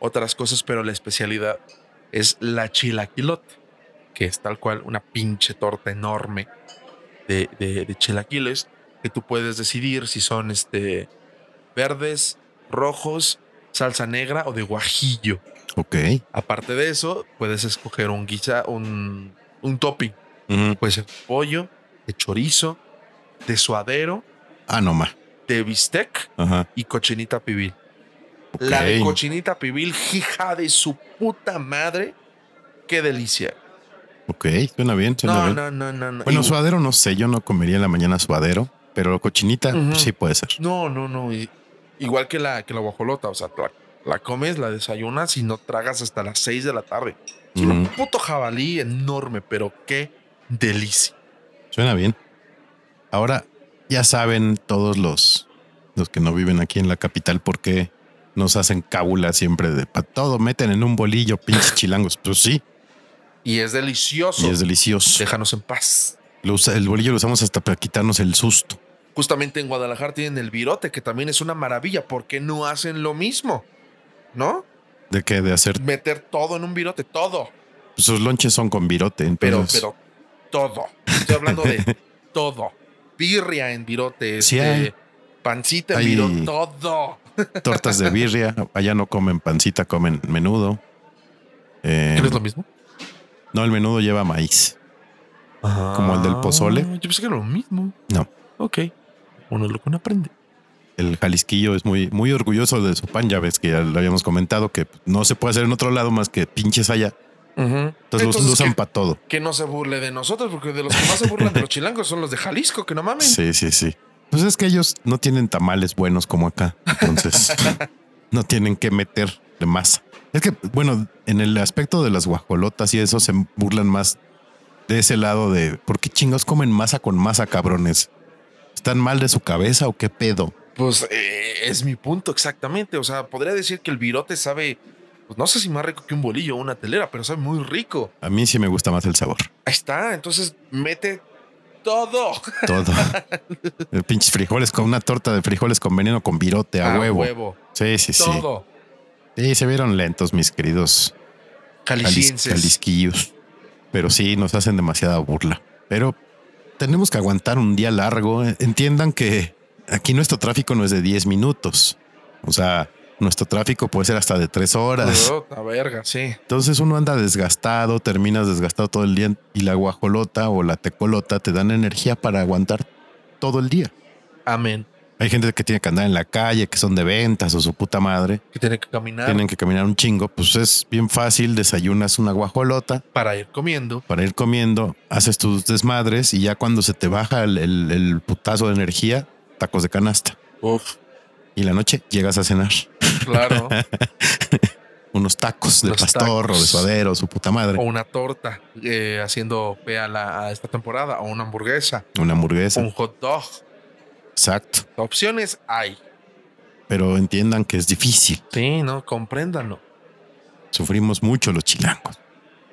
B: otras cosas, pero la especialidad es la chilaquilota, que es tal cual una pinche torta enorme de, de- de chilaquiles que tú puedes decidir si son este verdes, rojos, salsa negra o de guajillo.
A: Ok.
B: Aparte de eso, puedes escoger un guisa, un, un topping.
A: ujú.
B: Puede ser pollo, de chorizo, de suadero,
A: Ah, no más.
B: de bistec
A: Ajá.
B: y cochinita pibil. La de
A: Ok.
B: cochinita pibil, hija de su puta madre. Qué delicia.
A: Ok. Suena bien, suena
B: No,
A: bien.
B: no, no, no, no.
A: Bueno,
B: Y-
A: suadero no sé, yo no comería en la mañana suadero, pero cochinita
B: Ujú.
A: pues, sí puede ser.
B: No, no, no. y- Igual que la, que la guajolota, o sea, la, la comes, la desayunas y no tragas hasta las 6 de la tarde. Es un
A: Ujú.
B: puto jabalí enorme, pero qué delicia.
A: Suena bien. Ahora ya saben todos los, los que no viven aquí en la capital por qué nos hacen cábula siempre de pa todo, meten en un bolillo, pinches chilangos. Pues sí,
B: Y es delicioso.
A: y es delicioso.
B: Déjanos en paz.
A: Lo usa- el bolillo lo usamos hasta para quitarnos el susto.
B: Justamente en Guadalajara tienen el virote, que también es una maravilla. ¿Por qué no hacen lo mismo? ¿No?
A: De que de hacer
B: Meter todo en un virote, todo.
A: sus lonches son con virote,
B: Pero,
A: entonces
B: pero todo. Estoy hablando de todo. Birria en virote,
A: Sí
B: este,
A: hay.
B: pancita en
A: Hay-
B: virote, todo.
A: tortas de birria, allá no comen pancita, comen menudo. Eh,
B: ¿Crees lo mismo?
A: no, el menudo lleva maíz. como el del pozole.
B: Yo pensé que era lo mismo.
A: No.
B: Ok. Uno es lo que uno aprende.
A: el Jalisquillo es muy, muy orgulloso de su pan. Ya ves que ya lo habíamos comentado que no se puede hacer en otro lado más que pinches allá. Entonces, los usan
B: que,
A: para todo.
B: que no se burle de nosotros, porque de los que más se burlan de los chilangos son los de Jalisco, que no mamen.
A: Sí, sí, sí. Pues es que ellos no tienen tamales buenos como acá. Entonces, no tienen que meter de masa. Es que, bueno, en el aspecto de las guajolotas y eso se burlan más de ese lado de por qué chingados comen masa con masa, cabrones. ¿Están mal de su cabeza o qué pedo?
B: Pues eh, es mi punto exactamente. O sea, podría decir que el virote sabe, pues no sé si más rico que un bolillo o una telera, pero sabe muy rico.
A: A mí sí me gusta más el sabor.
B: Ahí está, entonces mete todo.
A: Todo. El pinches frijoles con una torta de frijoles con veneno con virote a, huevo. Sí, sí, sí.
B: Ah, Todo.
A: Sí, se vieron lentos, mis queridos jalis-
B: Calicienses.
A: jalisquillos. Pero sí, nos hacen demasiada burla. Pero tenemos que aguantar un día largo. Entiendan que aquí nuestro tráfico no es de 10 minutos. O sea, Nuestro tráfico puede ser hasta de tres horas.
B: La verga, sí.
A: Entonces uno anda desgastado, terminas desgastado todo el día y la guajolota o la tecolota te dan energía para aguantar todo el día.
B: Amén.
A: Hay gente que tiene que andar en la calle, que son de ventas o su puta madre,
B: Que tiene que caminar
A: tienen que caminar un chingo. Pues es bien fácil, desayunas una guajolota
B: para ir comiendo.
A: para ir comiendo, haces tus desmadres y ya cuando se te baja el, el- el putazo de energía, tacos de canasta.
B: Uf,
A: Y la noche llegas a cenar
B: claro.
A: unos tacos de
B: Los
A: pastor o de
B: tacos.
A: suadero, su puta madre,
B: o una torta eh, haciendo fe a, la- a esta temporada. O una hamburguesa.
A: una hamburguesa.
B: Un hot dog.
A: Exacto.
B: Opciones hay.
A: Pero entiendan que es difícil.
B: Sí, no, compréndanlo.
A: Sufrimos mucho los chilangos.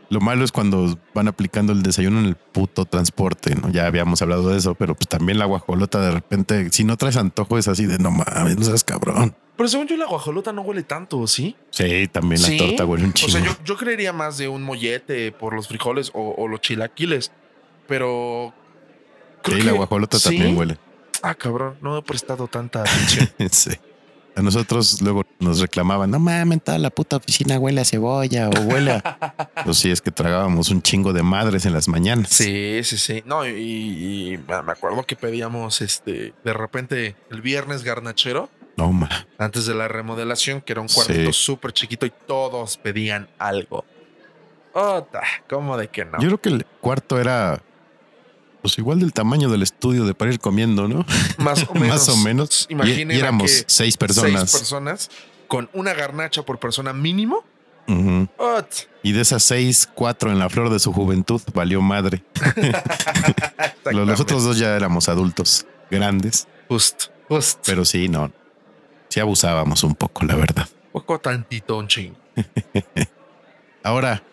A: Lo malo es cuando van aplicando el desayuno en el puto transporte, ¿no? Ya habíamos hablado de eso, pero pues también la guajolota de repente, si no traes antojo, es así de no mames, no seas cabrón.
B: Pero según yo, la guajolota no huele tanto, ¿sí?
A: Sí, también la
B: Sí.
A: torta huele un
B: O
A: chingo.
B: sea, yo, yo creería más de un mollete por los frijoles o, o los chilaquiles. Pero. creo
A: sí, la
B: que-
A: guajolota
B: ¿sí?
A: también huele.
B: Ah, cabrón, no he prestado tanta atención.
A: Sí. A nosotros luego nos reclamaban, no mames, toda la puta oficina huele a cebolla o huele a... pues sí, es que tragábamos un chingo de madres en las mañanas.
B: sí, sí, sí. No, y, y me acuerdo que pedíamos este de repente el viernes garnachero
A: No mames.
B: antes de la remodelación, que era un
A: Sí.
B: cuartito súper chiquito y todos pedían algo. Ota, ¿cómo de que no?
A: Yo creo que el cuarto era pues igual del tamaño del estudio de para ir comiendo, ¿no?
B: más o menos.
A: Más o menos. Y-
B: Imaginen
A: y
B: a
A: éramos
B: que
A: seis personas.
B: Seis personas con una garnacha por persona mínimo.
A: Ujú.
B: Ot.
A: Y de esas seis, cuatro en la flor de su juventud valió madre. Los, los otros dos ya éramos adultos grandes,
B: Justo, justo.
A: pero sí, no. Sí abusábamos un poco, la verdad.
B: poco tantito, un chingo.
A: Ahora,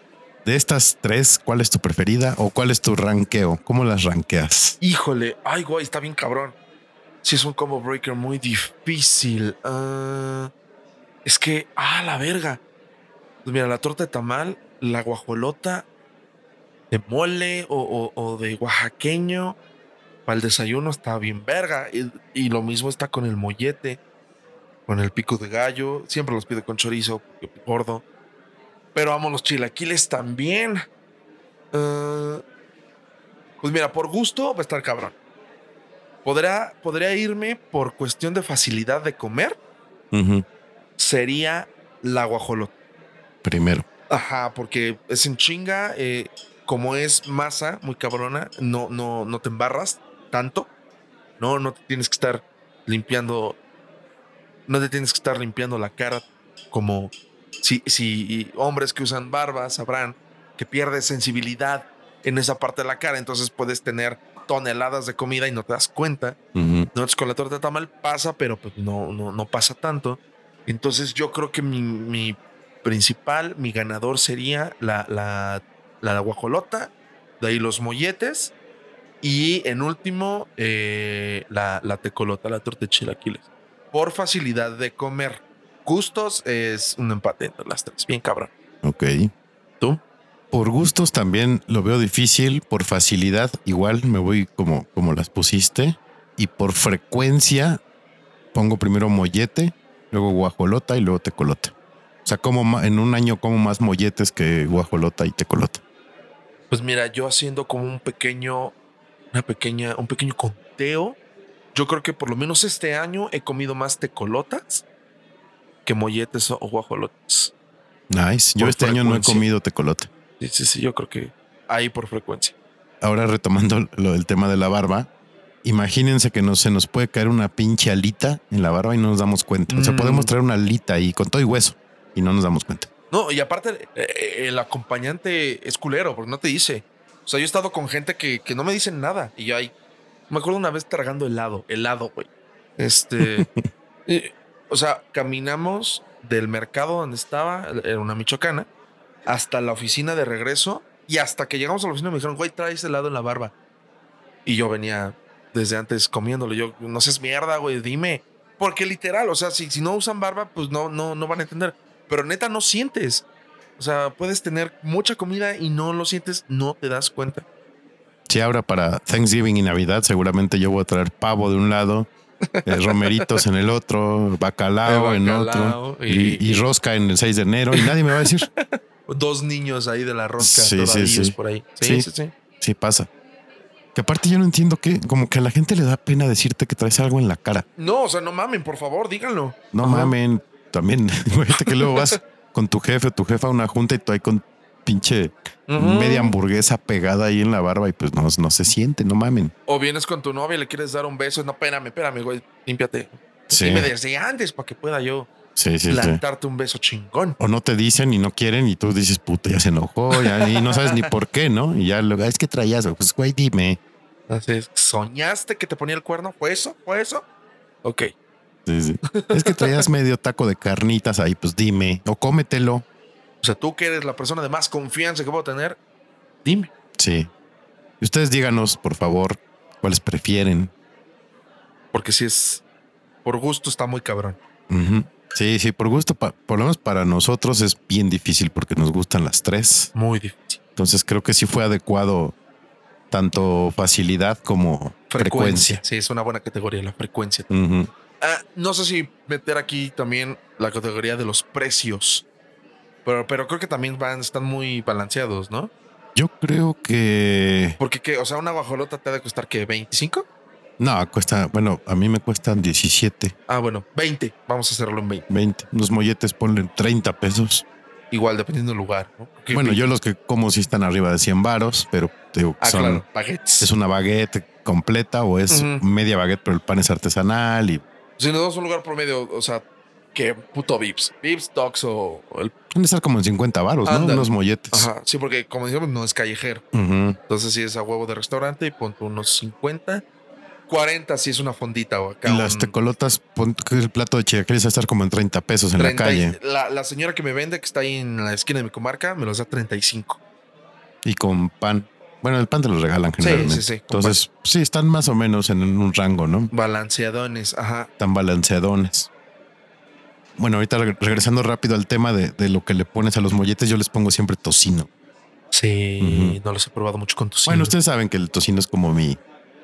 A: de estas tres, ¿cuál es tu preferida o cuál es tu ranqueo? ¿Cómo las ranqueas?
B: Híjole, ay, güey, está bien cabrón. Si es un combo breaker muy difícil. Ah, es que, ah, la verga. Pues mira, la torta de tamal, la guajolota de mole o, o- o de oaxaqueño para el desayuno está bien verga. Y, y lo mismo está con el mollete, con el pico de gallo. Siempre los pido con chorizo, porque gordo. Pero amo los chilaquiles también. Ah, pues mira, por gusto va a estar cabrón. Podrá, podría irme por cuestión de facilidad de comer. Sería la guajolota.
A: Primero.
B: Ajá, porque es en chinga. eh, como es masa muy cabrona, no, no, no te embarras tanto. No, no te tienes que estar limpiando. No te tienes que estar limpiando la cara. Como si, si hombres que usan barba sabrán que pierdes sensibilidad en esa parte de la cara. Entonces puedes tener toneladas de comida y no te das cuenta.
A: Ujú.
B: Entonces con la torta de tamal pasa, pero pues no, no, no pasa tanto. Entonces yo creo que mi, mi principal, mi ganador sería la, la, la guajolota, de ahí los molletes y en último eh, la, la tecolota, la torta de chilaquiles. Por facilidad de comer. Gustos es un empate entre las tres. Bien cabrón.
A: Ok.
B: ¿Tú?
A: Por gustos también lo veo difícil, por facilidad igual me voy como, como las pusiste y por frecuencia pongo primero mollete, luego guajolota y luego tecolota. O sea, como ma- en un año como más molletes que guajolota y tecolota.
B: Pues mira, yo haciendo como un pequeño, una pequeña, un pequeño conteo. Yo creo que por lo menos este año he comido más tecolotas que molletes o guajolotes.
A: Nice. Yo
B: Por
A: este año no he
B: frecuencia.
A: comido tecolota.
B: Sí, sí, sí, yo creo que ahí por frecuencia.
A: Ahora retomando lo del tema de la barba, imagínense que nos, se nos puede caer una pinche alita en la barba y no nos damos cuenta. O sea,
B: Mm.
A: podemos traer una alita ahí con todo y hueso y no nos damos cuenta.
B: No, y aparte, eh, el acompañante es culero, porque no te dice. O sea, yo he estado con gente que, que no me dicen nada. Y yo ahí, me acuerdo una vez tragando helado, helado, güey. Este, eh, o sea, caminamos del mercado donde estaba, era una michoacana, hasta la oficina de regreso. Y hasta que llegamos a la oficina me dijeron, güey, traes helado en la barba. Y yo venía desde antes comiéndolo. Yo, no seas mierda, güey, dime. Porque literal, o sea, si, si no usan barba, pues no, no, no van a entender pero neta no sientes. O sea, puedes tener mucha comida y no lo sientes, no te das cuenta.
A: Si ahora para Thanksgiving y Navidad, seguramente yo voy a traer pavo de un lado, eh, romeritos en el otro, Eh, bacalao,
B: El
A: en otro,
B: bacalao
A: y, y rosca en el 6 de enero, y nadie me va a decir.
B: dos niños ahí de la rosca
A: Sí, sí,
B: todavía
A: sí.
B: por ahí.
A: Sí.
B: Sí, sí, sí.
A: Sí pasa. Que aparte yo no entiendo que, como que a la gente le da pena decirte que traes algo en la cara.
B: No, o sea, no mamen, por favor, díganlo.
A: No
B: Ajá.
A: mamen, también, imagínate que luego vas con tu jefe o tu jefa a una junta y tú ahí con pinche media hamburguesa pegada ahí en la barba y pues no, no se siente, no mamen.
B: O vienes con tu novia y le quieres dar un beso. No, espérame, espérame, güey, límpiate.
A: Sí,
B: Dime desde antes para que pueda yo
A: sí, sí, sí.
B: plantarte un beso chingón.
A: O no te dicen y no quieren y tú dices, puta, ya se enojó ya", y no sabes ni por qué, ¿no? Y ya luego, es que traías, pues güey, dime.
B: Así es. ¿Soñaste que te ponía el cuerno? ¿Fue eso? ¿Fue eso? Ok.
A: Sí, sí. Es que traías medio taco de carnitas ahí, pues dime. O cómetelo.
B: O sea, tú que eres la persona de más confianza que puedo tener, dime.
A: Sí. Y ustedes díganos, por favor, cuáles prefieren.
B: Porque si es por gusto, está muy cabrón.
A: Ujú. Sí, sí, por gusto, pa- por lo menos para nosotros es bien difícil porque nos gustan las tres.
B: Muy difícil.
A: Entonces creo que sí fue adecuado tanto facilidad como frecuencia.
B: Sí, es una buena categoría, la frecuencia.
A: Ujú.
B: Ah, no sé si meter aquí también la categoría de los precios. Pero, pero creo que también van, están muy balanceados, ¿no?
A: Yo creo que
B: Porque, ¿qué? o sea, una bajolota te ha de costar que 25.
A: no, cuesta, bueno, a mí me cuestan 17,
B: Ah, bueno, 20. Vamos a hacerlo en 20.
A: 20. Los molletes ponen 30 pesos.
B: Igual, dependiendo del lugar. ¿no? Porque-
A: Bueno, yo los que como sí están arriba de 100 varos, pero digo,
B: Ah,
A: son
B: claro, baguettes.
A: es una baguette completa o es
B: Ujú.
A: media baguette, pero el pan es artesanal y
B: Si nos damos un lugar promedio, o sea, que puto Vips. Vips, Docs o, o el.
A: van a estar como en 50 varos, ¿no?
B: Ándale.
A: Unos molletes.
B: Ajá. Sí, porque como decíamos, no es callejero.
A: Ujú.
B: Entonces, si es a huevo de restaurante, ponte unos 50. 40 si es una fondita o acá.
A: Y las
B: un-
A: tecolotas, pon que el plato de chilaquiles va a estar como en 30 pesos en
B: 30
A: la
B: y-
A: calle
B: la, la señora que me vende, que está ahí en la esquina de mi comarca, me los da 35.
A: y con pan. Bueno, el pan te lo regalan generalmente.
B: sí, sí, con
A: Entonces, sí, están más o menos en un rango, ¿no?
B: Balanceadones, ajá.
A: Tan balanceadones. Bueno, ahorita reg- regresando rápido al tema de, de lo que le pones a los molletes, yo les pongo siempre tocino.
B: Sí,
A: Ujú.
B: no los he probado mucho con tus
A: Bueno, ustedes saben que el tocino es como mi,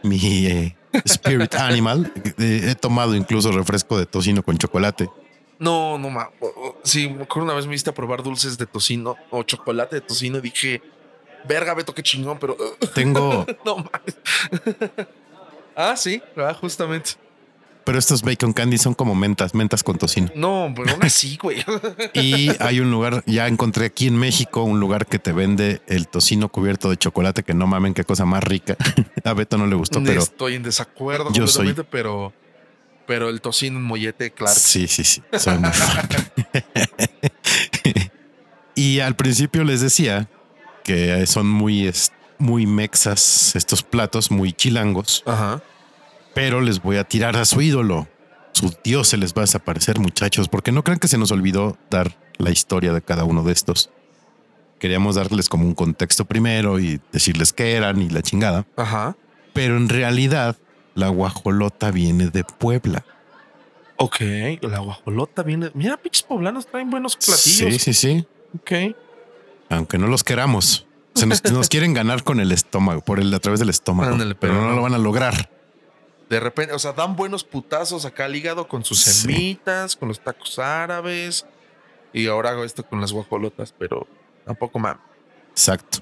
A: mi eh, spirit animal. Eh, he tomado incluso refresco de tocino con chocolate.
B: No, no, ma. o- o- Sí, me acuerdo una vez me viste a probar dulces de tocino o chocolate de tocino y dije, verga, Beto, qué chingón, pero uh,
A: Tengo,
B: no mames. ah, sí, ah, justamente.
A: pero estos bacon candy son como mentas, mentas con tocino.
B: No, pero aún así, güey.
A: Y hay un lugar, ya encontré aquí en México un lugar que te vende el tocino cubierto de chocolate, que no mamen, qué cosa más rica. A Beto no le gustó, pero
B: Estoy en desacuerdo
A: Yo soy-
B: completamente, pero, pero el tocino en mollete, claro.
A: sí, sí, sí, soy muy fan. y al principio les decía que son muy, es- muy mexas estos platos, muy chilangos,
B: Ajá.
A: pero les voy a tirar a su ídolo. Su dios se les va a desaparecer, muchachos, porque no crean que se nos olvidó dar la historia de cada uno de estos. Queríamos darles como un contexto primero y decirles qué eran y la chingada,
B: Ajá.
A: pero en realidad la guajolota viene de Puebla.
B: Ok, la guajolota viene. Mira, pinches poblanos traen buenos platillos.
A: Sí, sí, sí.
B: Ok.
A: Aunque no los queramos. Se nos, nos quieren ganar con el estómago, por el, a través del estómago,
B: Ándale,
A: pero,
B: pero
A: no,
B: no.
A: lo van a lograr.
B: De repente, o sea, dan buenos putazos acá al hígado con sus
A: Sí.
B: semitas, con los tacos árabes. Y ahora hago esto con las guajolotas, pero tampoco más.
A: Exacto.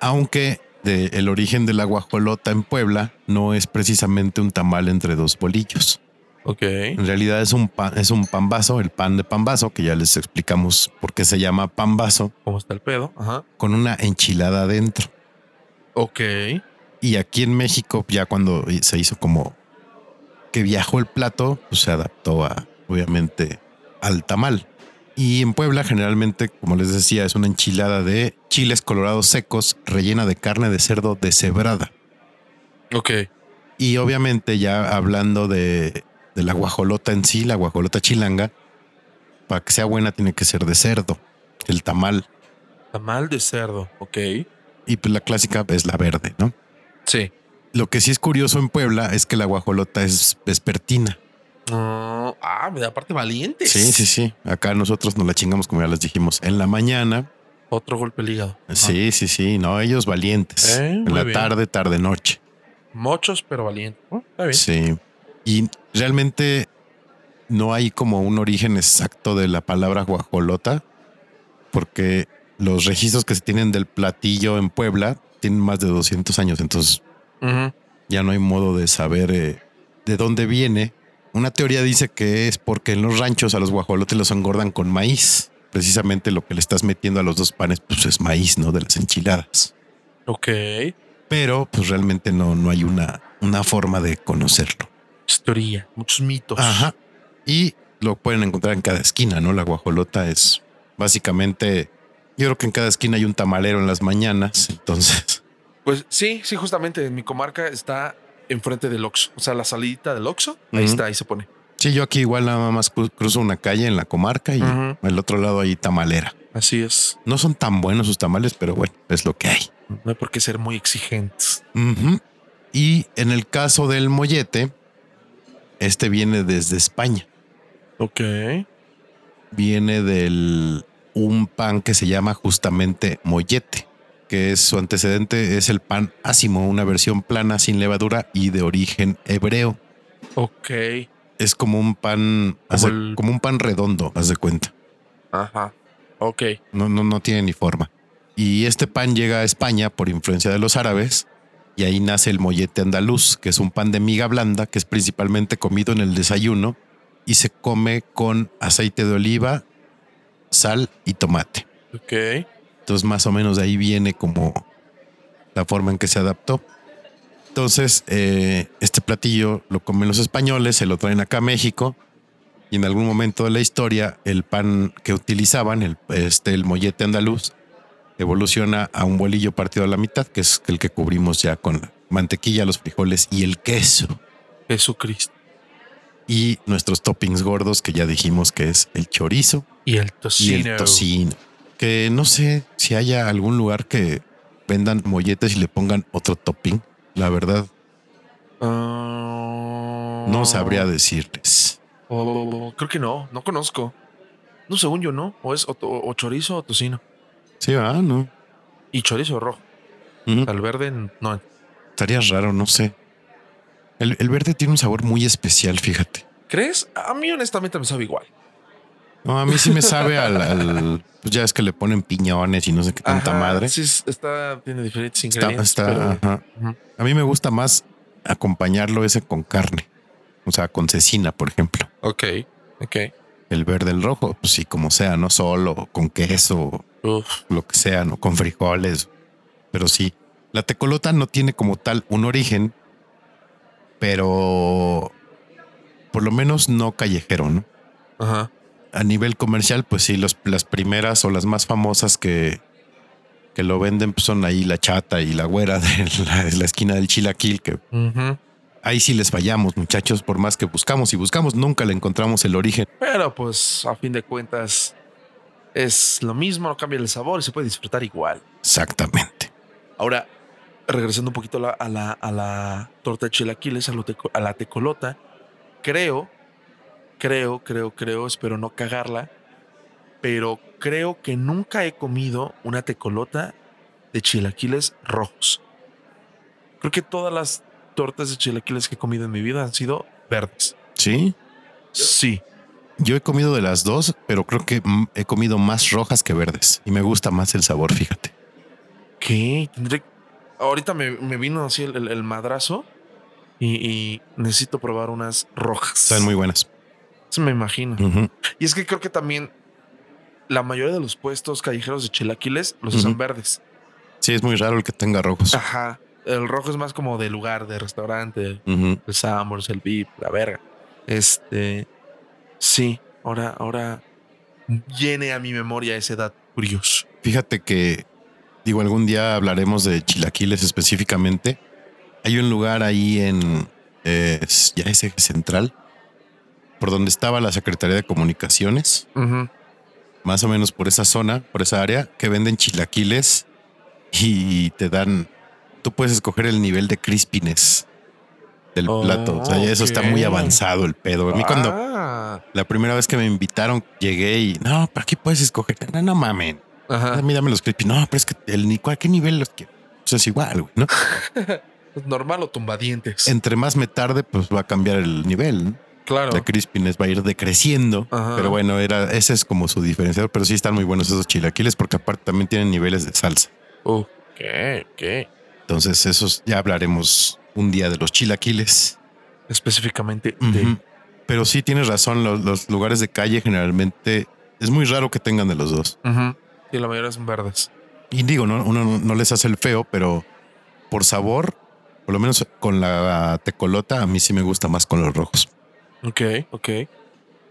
A: Aunque de- el origen de la guajolota en Puebla no es precisamente un tamal entre dos bolillos.
B: Ok.
A: En realidad es un pan, es un pambazo, el pan de pambazo, que ya les explicamos por qué se llama pambazo,
B: ¿Cómo está el pedo? Ajá.
A: con una enchilada adentro.
B: Ok.
A: Y aquí en México, ya cuando se hizo como que viajó el plato, pues se adaptó a, obviamente, al tamal. Y en Puebla, generalmente, como les decía, es una enchilada de chiles colorados secos, rellena de carne de cerdo deshebrada.
B: Ok.
A: Y obviamente, ya hablando de, de la guajolota en sí, la guajolota chilanga, para que sea buena, tiene que ser de cerdo, el tamal.
B: Tamal de cerdo. Ok.
A: Y pues la clásica es la verde, ¿no?
B: Sí.
A: Lo que sí es curioso en Puebla es que la guajolota es vespertina.
B: No, ah, me da parte valiente.
A: Sí, sí, sí. Acá nosotros nos la chingamos, como ya les dijimos, en la mañana.
B: Otro golpe al hígado. Ajá.
A: Sí, sí, sí. No, ellos valientes.
B: Eh,
A: en
B: muy
A: la
B: bien.
A: tarde, tarde, noche.
B: Mochos, pero valiente. Oh, está bien.
A: Sí. Y realmente no hay como un origen exacto de la palabra guajolota, porque los registros que se tienen del platillo en Puebla tienen más de 200 años, entonces
B: Ujú.
A: ya no hay modo de saber eh, de dónde viene. Una teoría dice que es porque en los ranchos a los guajolotes los engordan con maíz. Precisamente lo que le estás metiendo a los dos panes pues es maíz, ¿no? De las enchiladas.
B: Ok.
A: Pero pues realmente no, no hay una, una forma de conocerlo.
B: Es teoría. Muchos mitos.
A: Ajá. Y lo pueden encontrar en cada esquina, ¿no? La guajolota es básicamente, yo creo que en cada esquina hay un tamalero en las mañanas, entonces.
B: Pues sí, sí, justamente en mi comarca está enfrente del Oxxo. O sea, la salidita del Oxxo, ahí
A: Ujú.
B: está, ahí se pone.
A: Sí, yo aquí igual nada más cru- cruzo una calle en la comarca y
B: Ujú.
A: al otro lado hay tamalera.
B: Así es.
A: No son tan buenos sus tamales, pero bueno, es lo que hay.
B: No hay por qué ser muy exigentes.
A: Ujú. Y en el caso del mollete, este viene desde España.
B: Ok.
A: viene del un pan que se llama justamente mollete, que es su antecedente es el pan ácimo, una versión plana sin levadura y de origen hebreo.
B: Ok.
A: Es como un pan, haz de- como,
B: el-
A: un pan redondo, haz de cuenta.
B: Ajá. Ok.
A: No, no, no tiene ni forma. Y este pan llega a España por influencia de los árabes y ahí nace el mollete andaluz, que es un pan de miga blanda que es principalmente comido en el desayuno y se come con aceite de oliva, sal y tomate.
B: Ok.
A: Entonces, más o menos de ahí viene como la forma en que se adaptó. Entonces, eh, este platillo lo comen los españoles, se lo traen acá a México. Y en algún momento de la historia, el pan que utilizaban, el, este, el mollete andaluz, evoluciona a un bolillo partido a la mitad, que es el que cubrimos ya con la mantequilla, los frijoles y el queso.
B: Jesucristo.
A: Y nuestros toppings gordos, que ya dijimos que es el chorizo,
B: Y el
A: y
B: tocino.
A: el tocino. Que no sé si haya algún lugar que vendan molletes y le pongan otro topping. La verdad,
B: Ah.
A: no sabría decirles.
B: Oh, creo que no, no conozco. No, según yo, no. O es o, o- o chorizo o tocino.
A: Sí, ah, no.
B: Y chorizo rojo.
A: Ujú.
B: Al verde, no.
A: Estaría raro, no sé. El, el verde tiene un sabor muy especial, fíjate.
B: ¿Crees? A mí, honestamente, me sabe igual.
A: No, a mí sí me sabe al, al- pues ya es que le ponen piñones y no sé qué tanta
B: Ajá,
A: madre.
B: Sí, es- está, tiene diferentes
A: está,
B: ingredientes.
A: está-
B: pero-
A: ajá.
B: Ujú.
A: A mí me gusta más acompañarlo ese con carne. O sea, con cecina, por ejemplo.
B: Ok, ok.
A: El verde, el rojo, pues sí, como sea, no solo o con queso,
B: Uf,
A: lo que sea, no con frijoles. Pero sí, la tecolota no tiene como tal un origen, pero por lo menos no callejero, ¿no?
B: Ajá.
A: A nivel comercial, pues sí, los, las primeras o las más famosas que, que lo venden pues son ahí la chata y la güera de la, de la esquina del chilaquil, que
B: ujú.
A: ahí sí les fallamos, muchachos, por más que buscamos y buscamos, nunca le encontramos el origen.
B: Pero pues, a fin de cuentas, es lo mismo, no cambia el sabor y se puede disfrutar igual.
A: Exactamente.
B: Ahora, regresando un poquito a la, a la, a la torta de chilaquiles, a, lo teco- a la tecolota, creo, creo, creo, creo, espero no cagarla, pero creo que nunca he comido una tecolota de chilaquiles rojos. Creo que todas las tortas de chilaquiles que he comido en mi vida han sido verdes.
A: Sí,
B: Sí.
A: Yo he comido de las dos, pero creo que mm, he comido más rojas que verdes y me gusta más el sabor, fíjate.
B: ¿Qué? Tendré- Ahorita me, me vino así el, el- el madrazo y, y necesito probar unas rojas.
A: Están muy buenas.
B: Se me imagino.
A: Ujú.
B: Y es que creo que también la mayoría de los puestos callejeros de chilaquiles los
A: Ujú.
B: usan verdes.
A: Sí, es muy raro el que tenga rojos.
B: Ajá. El rojo es más como de lugar, de restaurante,
A: Ujú.
B: el Sambors, el VIP, la verga. Este. Sí, ahora, ahora viene a mi memoria esa edad curioso.
A: Fíjate que, digo, algún día hablaremos de chilaquiles específicamente. Hay un lugar ahí en, eh, es- ya ese central, por donde estaba la Secretaría de Comunicaciones,
B: Ujú.
A: más o menos por esa zona, por esa área, que venden chilaquiles y te dan, tú puedes escoger el nivel de crispiness del
B: Oh,
A: plato. O sea, ya eso está
B: ok.
A: muy avanzado el pedo. Pues A mí cuando
B: Ah,
A: la primera vez que me invitaron llegué y no, ¿para qué puedes escoger? No, no mamen.
B: Ajá.
A: A mí dame los crispy. No, pero es que el ni cuál- qué nivel los quiero. Pues es igual, güey, ¿no?
B: normal o tumbadientes.
A: Entre más me tarde, pues va a cambiar el nivel. ¿no?
B: claro.
A: La crispiness va a ir decreciendo.
B: Ajá.
A: Pero bueno, era, ese es como su diferenciador. Pero sí están muy buenos esos chilaquiles porque aparte también tienen niveles de salsa.
B: Oh,
D: ¿Qué? ¿Qué?
A: Entonces, esos ya hablaremos un día de los chilaquiles.
B: específicamente
A: Ujú.
B: de.
A: Pero sí tienes razón, los, los lugares de calle generalmente es muy raro que tengan de los dos.
B: Ujú. Y la mayoría son verdes.
A: Y digo, no, uno no- no les hace el feo, pero por sabor, por lo menos con la tecolota, a mí sí me gusta más con los rojos.
B: Ok, ok.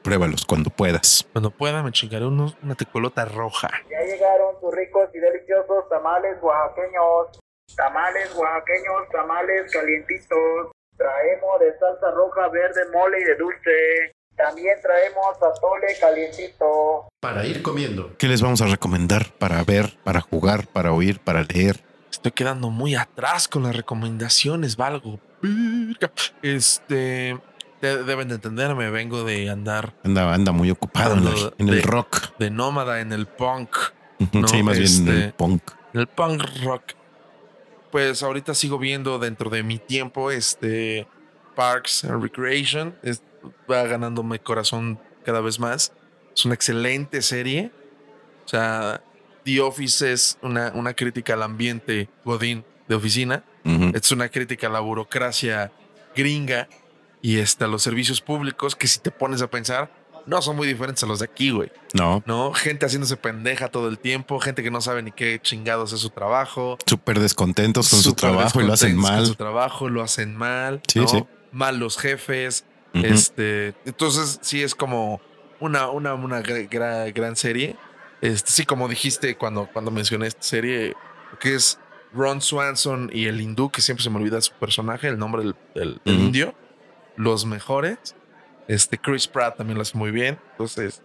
A: Pruébalos cuando puedas.
B: Cuando pueda me chingaré unos- una tecolota roja.
E: Ya llegaron tus ricos y deliciosos tamales oaxaqueños. Tamales oaxaqueños, tamales calientitos. Traemos de salsa roja, verde, mole y de dulce. También traemos atole calientito.
C: Para ir comiendo.
A: ¿Qué les vamos a recomendar para ver, para jugar, para oír, para leer?
B: Estoy quedando muy atrás con las recomendaciones, valgo. verga. Este. de- deben de entenderme, vengo de andar
A: Anda, anda muy ocupado en, la-
B: Ando
A: en el
B: de-
A: rock.
B: de nómada en el punk,
A: Ujú, sí,
B: No,
A: más bien en el
B: este-
A: punk.
B: en el punk rock. Pues ahorita sigo viendo dentro de mi tiempo este Parks and Recreation. Es- va ganándome corazón cada vez más. Es una excelente serie. O sea, The Office es una, una crítica al ambiente godín de oficina.
A: Ujú.
B: Es una crítica a la burocracia gringa y hasta los servicios públicos que si te pones a pensar, no son muy diferentes a los de aquí, güey.
A: No,
B: ¿No? Gente haciéndose pendeja todo el tiempo, gente que no sabe ni qué chingados es su trabajo.
A: súper descontentos con su
B: súper
A: trabajo y lo hacen
B: descontentos con
A: mal.
B: Su trabajo lo hacen mal.
A: Sí,
B: ¿no?
A: sí.
B: Mal los jefes.
A: Ujú.
B: Este, entonces sí es como una, una, una gra- gra- gran serie. Este, sí, como dijiste cuando, cuando mencioné esta serie, que es Ron Swanson y el hindú, que siempre se me olvida su personaje, el nombre del, del- del
A: Ujú.
B: indio, los mejores. Este, Chris Pratt también lo hace muy bien. Entonces,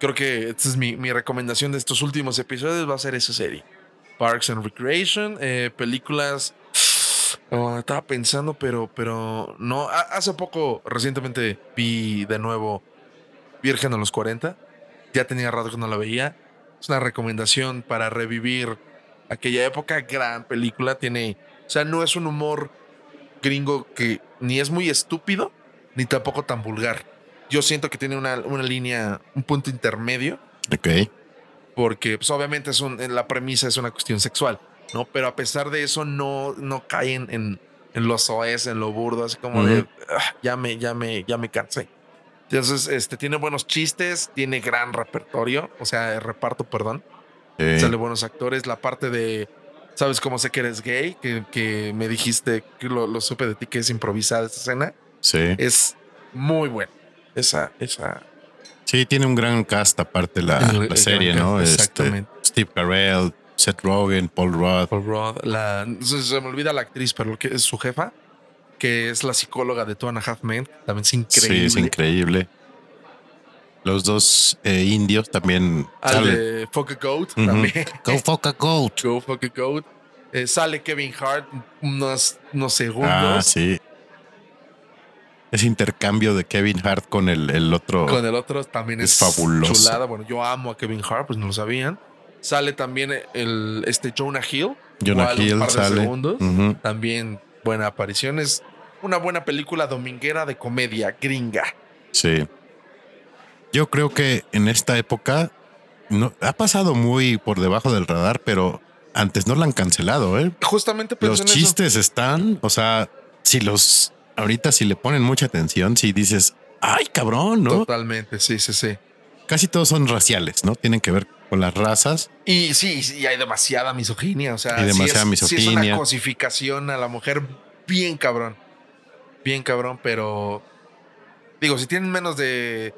B: creo que esta es mi, mi recomendación de estos últimos episodios, va a ser esa serie. Parks and Recreation, eh, películas. oh, estaba pensando, pero, pero no. Ha- hace poco, recientemente, vi de nuevo Virgen a los 40. Ya tenía rato que no la veía. Es una recomendación para revivir aquella época. Gran película. Tiene. O sea, no es un humor gringo que ni es muy estúpido, ni tampoco tan vulgar. Yo siento que tiene una, una línea, un punto intermedio
A: Ok.
B: porque pues, obviamente es un- en la premisa es una cuestión sexual, ¿no? Pero a pesar de eso no, no caen en, en los OS, en lo burdo, así como de,
A: Ujú.
B: "Ah, ya me, ya me, ya me cansé. Entonces, este, tiene buenos chistes, tiene gran repertorio, o sea, reparto, perdón,
A: Eh,
B: sale buenos actores, la parte de, ¿sabes cómo sé que eres gay? Que, que me dijiste, que lo, lo supe de ti, que es improvisada esa escena,
A: sí.
B: es muy buena. Esa, esa.
A: Sí, tiene un gran cast aparte la,
B: El-
A: la
B: el
A: serie,
B: gran
A: ¿no?
B: cast,
A: Este,
B: exactamente.
A: Steve Carell, Seth Rogen, Paul Rudd.
B: Paul Rudd, la, se, se me olvida la actriz, pero lo que es su jefa, que es la psicóloga de Two and a Half Men, que también es increíble.
A: Sí, es increíble. Los dos eh, indios también
B: Al
A: salen.
B: de eh, Fuck a Goat
A: Ujú.
B: también.
A: Go fuck a goat.
B: Go Fuck a Goat. Eh, sale Kevin Hart unos, unos segundos.
A: Ah, sí. Ese intercambio de Kevin Hart con el, el otro.
B: Con el otro también es,
A: Es fabuloso.
B: chulada. Bueno, yo amo a Kevin Hart, pues no lo sabían. Sale también el, este Jonah Hill.
A: Jonah
B: igual un
A: Hill
B: par de
A: sale.
B: segundos.
A: Ujú.
B: También buena aparición. Es una buena película dominguera de comedia gringa.
A: Sí. Yo creo que en esta época no, ha pasado muy por debajo del radar, pero antes no la han cancelado, ¿eh?
B: Justamente pensé
A: Los
B: Pues en eso.
A: chistes están, o sea, si los ahorita si le ponen mucha atención, si dices, ay cabrón, ¿no?
B: Totalmente, sí, sí, sí.
A: Casi todos son raciales, ¿no? Tienen que ver con las razas.
B: Y sí, sí, hay demasiada misoginia. O sea,
A: Hay
B: sí
A: demasiada
B: es, sí es
A: misoginia.
B: una cosificación a la mujer bien cabrón. Bien cabrón, pero digo, si tienen menos de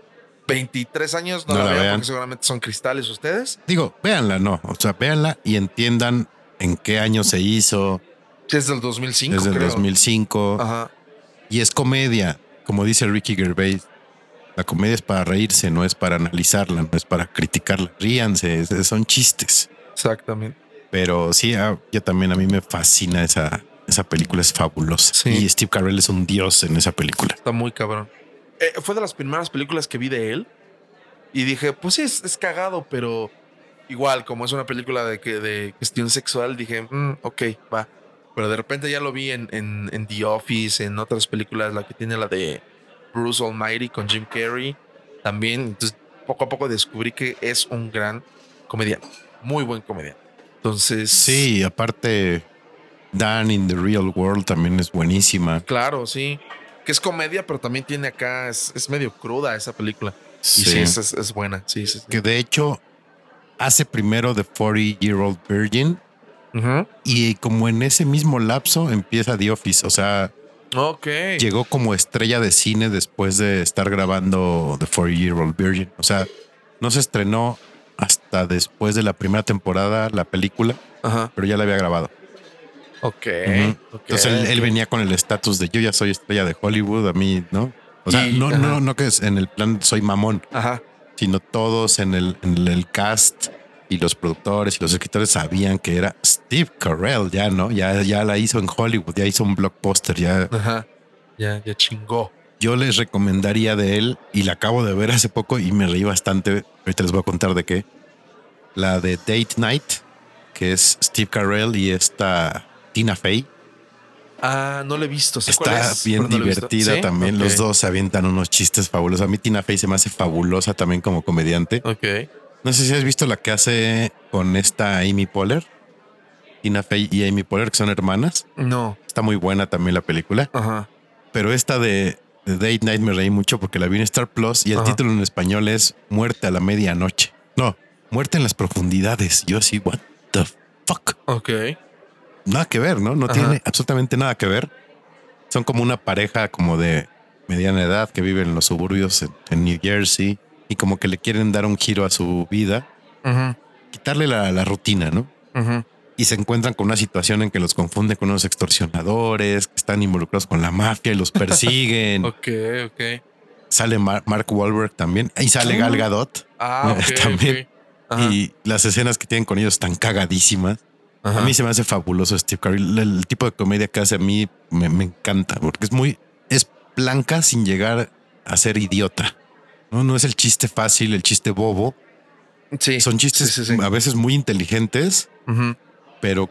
B: 23 años, no,
A: No
B: la,
A: la
B: vean,
A: vean.
B: porque seguramente son cristales ustedes.
A: Digo, véanla, no, o sea, véanla y entiendan en qué año se hizo,
B: Es del 2005,
A: desde el
B: creo.
A: 2005.
B: Ajá.
A: Y es comedia, como dice Ricky Gervais. La comedia es para reírse, no es para analizarla, no es para criticarla. Ríanse, es- son chistes.
B: Exactamente.
A: Pero sí, ah, yo también a mí me fascina esa, esa película, es fabulosa.
B: Sí.
A: Y Steve Carell es un dios en esa película.
B: Está muy cabrón. Eh, fue de las primeras películas que vi de él. Y dije, pues sí, es, es cagado, pero igual, como es una película de, que, de cuestión sexual, dije, "Mm, ok, va. Pero de repente ya lo vi en, en, en The Office, en otras películas, la que tiene la de Bruce Almighty con Jim Carrey. También, entonces poco a poco descubrí que es un gran comediante, muy buen comediante. Entonces,
A: Sí, aparte, Dan in the Real World también es buenísima.
B: claro, sí. Que es comedia, pero también tiene acá, es, es medio cruda esa película. Y sí,
A: Sí.
B: es, es- es buena. Sí, sí. sí.
A: Que de hecho hace primero The 40 Year Old Virgin
B: Ujú.
A: y como en ese mismo lapso empieza The Office. O sea,
B: Ok.
A: llegó como estrella de cine después de estar grabando The 40 Year Old Virgin. O sea, no se estrenó hasta después de la primera temporada la película,
B: Ajá.
A: pero ya la había grabado.
B: Ok.
A: Ujú.
B: ok.
A: Entonces él, él venía con el estatus de yo ya soy estrella de Hollywood, a mí, ¿no? O sea,
B: Y-
A: no,
B: ajá.
A: no, no que es en el plan soy mamón,
B: Ajá.
A: sino todos en el, en el cast y los productores y los escritores sabían que era Steve Carell, ya, ¿no? Ya, ya la hizo en Hollywood, ya hizo un blockbuster, ya.
B: Ajá. Ya, ya chingó.
A: Yo les recomendaría de él y la acabo de ver hace poco y me reí bastante. Ahorita les voy a contar de qué. La de Date Night, que es Steve Carell y esta Tina Fey.
B: Ah, no lo he visto. sé cuál
A: Está
B: es,
A: bien
B: pero no lo he visto.
A: divertida
B: ¿Sí?
A: también.
B: Ok,
A: Los dos se avientan unos chistes fabulosos. A mí Tina Fey se me hace fabulosa también como comediante.
B: Ok.
A: No sé si has visto la que hace con esta Amy Poehler. Tina Fey y Amy Poehler, que son hermanas.
B: No.
A: Está muy buena también la película.
B: Ajá.
A: Pero esta de, de Date Night me reí mucho porque la vi en Star Plus y el
B: Ajá.
A: título en español es Muerte a la medianoche. No, Muerte en las profundidades. Yo así, what the fuck
B: Ok.
A: nada que ver, ¿no? No
B: Ajá.
A: tiene absolutamente nada que ver. Son como una pareja como de mediana edad que vive en los suburbios en, en New Jersey y como que le quieren dar un giro a su vida,
B: Ajá.
A: quitarle la, la rutina, ¿no?
B: Ajá.
A: Y se encuentran con una situación en que los confunden con unos extorsionadores que están involucrados con la mafia y los persiguen.
B: Ok, ok.
A: Sale Mar- Mark Wahlberg también y sale Gal Gadot
B: Ah, ok.
A: También.
B: ok. Ajá.
A: y las escenas que tienen con ellos están cagadísimas.
B: Ajá.
A: A mí se me hace fabuloso Steve Carell. El, el tipo de comedia que hace a mí me, me encanta porque es muy es blanca sin llegar a ser idiota. No, no es el chiste fácil, el chiste bobo.
B: sí.
A: Son chistes
B: Sí, sí, sí.
A: a veces muy inteligentes,
B: Ujú.
A: pero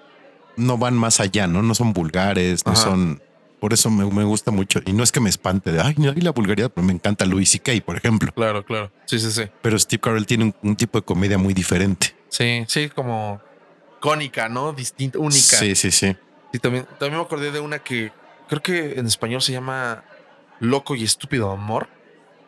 A: no van más allá, no, no son vulgares, no
B: Ajá.
A: son. Por eso me, me gusta mucho y no es que me espante de ay, no hay la vulgaridad, pero me encanta Louis C.K. por ejemplo.
B: Claro, claro. Sí, sí, sí.
A: Pero Steve Carell tiene un, un tipo de comedia muy diferente.
B: Sí, sí, como cónica, ¿no? Distinta, única.
A: Sí, sí, sí.
B: Y también, también me acordé de una que creo que en español se llama Loco y Estúpido Amor.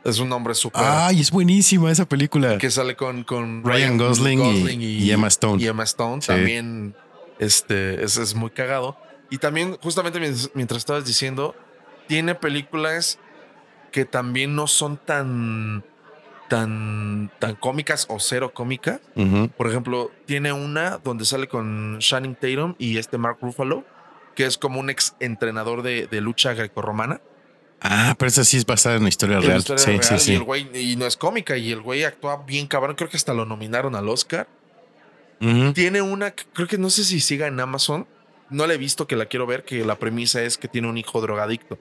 B: Es un nombre súper.
A: Ay, es buenísima esa película.
B: que sale con, con
A: Ah. Ryan Gosling, y- y, Emma Stone.
B: y Emma Stone
A: Sí.
B: también este es, es muy cagado y también justamente mientras, mientras estabas diciendo tiene películas que también no son tan tan tan cómicas o cero cómicas
A: Ujú.
B: por ejemplo tiene una donde sale con Shannon Tatum y este Mark Ruffalo que es como un ex entrenador de, de lucha grecorromana
A: Ah, pero esa sí es basada en una historia
B: Es
A: real.
B: una historia
A: sí,
B: real,
A: sí,
B: Y
A: sí.
B: el güey, y no es cómica, y el güey actúa bien cabrón. Creo que hasta lo nominaron al Oscar.
A: Ujú.
B: Tiene una, que creo que no sé si siga en Amazon. No la he visto, que la quiero ver, que la premisa es que tiene un hijo drogadicto.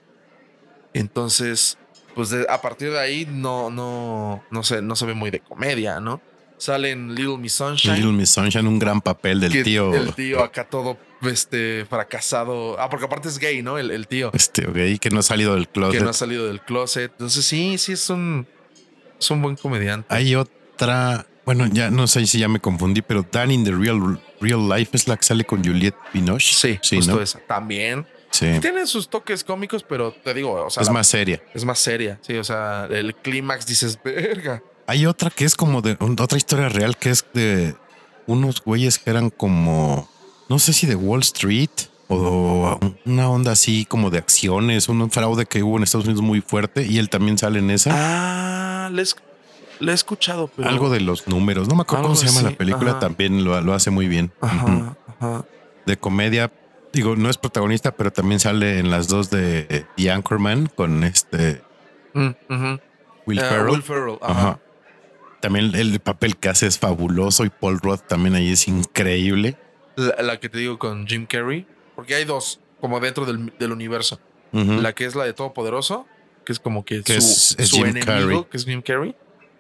B: Entonces, pues de- a partir de ahí no, no, no sé, no se ve muy de comedia, ¿no? Salen Little Miss Sunshine.
A: Little Miss Sunshine, un gran papel del
B: que
A: tío,
B: El tío acá todo este, fracasado. Ah, porque aparte es gay, ¿no? El, el tío
A: este, ok, que no ha salido del
B: que
A: closet.
B: no ha salido del closet. Entonces, sí, sí es un, es un buen comediante.
A: Hay otra, bueno, ya no sé si ya me confundí, pero Dan in the Real, Real Life es la que sale con Juliette Binoche.
B: Sí,
A: sí,
B: justo
A: ¿no?
B: esa. También.
A: Sí.
B: Tiene sus toques cómicos, pero te digo, o sea,
A: Es
B: la-
A: más seria.
B: es más seria. Sí, o sea, el clímax dices, verga.
A: Hay otra que es como de un- otra historia real que es de unos güeyes que eran como, no sé si de Wall Street o una onda así como de acciones, un fraude que hubo en Estados Unidos muy fuerte y él también sale en esa.
B: Ah, le, es- le he escuchado, pero.
A: Algo de los números, no me acuerdo
B: Algo
A: cómo se llama
B: así,
A: la película,
B: ajá.
A: también lo, lo hace muy bien. Ujú.
B: Ajá, ajá.
A: De comedia, digo, no es protagonista, pero también sale en las dos de The Anchorman con este
B: Mm, ujú.
A: Will
B: Eh,
A: Ferrell.
B: Will Ferrell, ajá.
A: Ajá. También el papel que hace es fabuloso y Paul Roth también ahí es increíble.
B: La, la que te digo con Jim Carrey. Porque hay dos, como dentro del, del universo.
A: Ujú.
B: La que es la de Todopoderoso, que es como que,
A: Que
B: su,
A: es- es
B: su
A: Jim
B: enemigo,
A: Carrey.
B: que es Jim Carrey,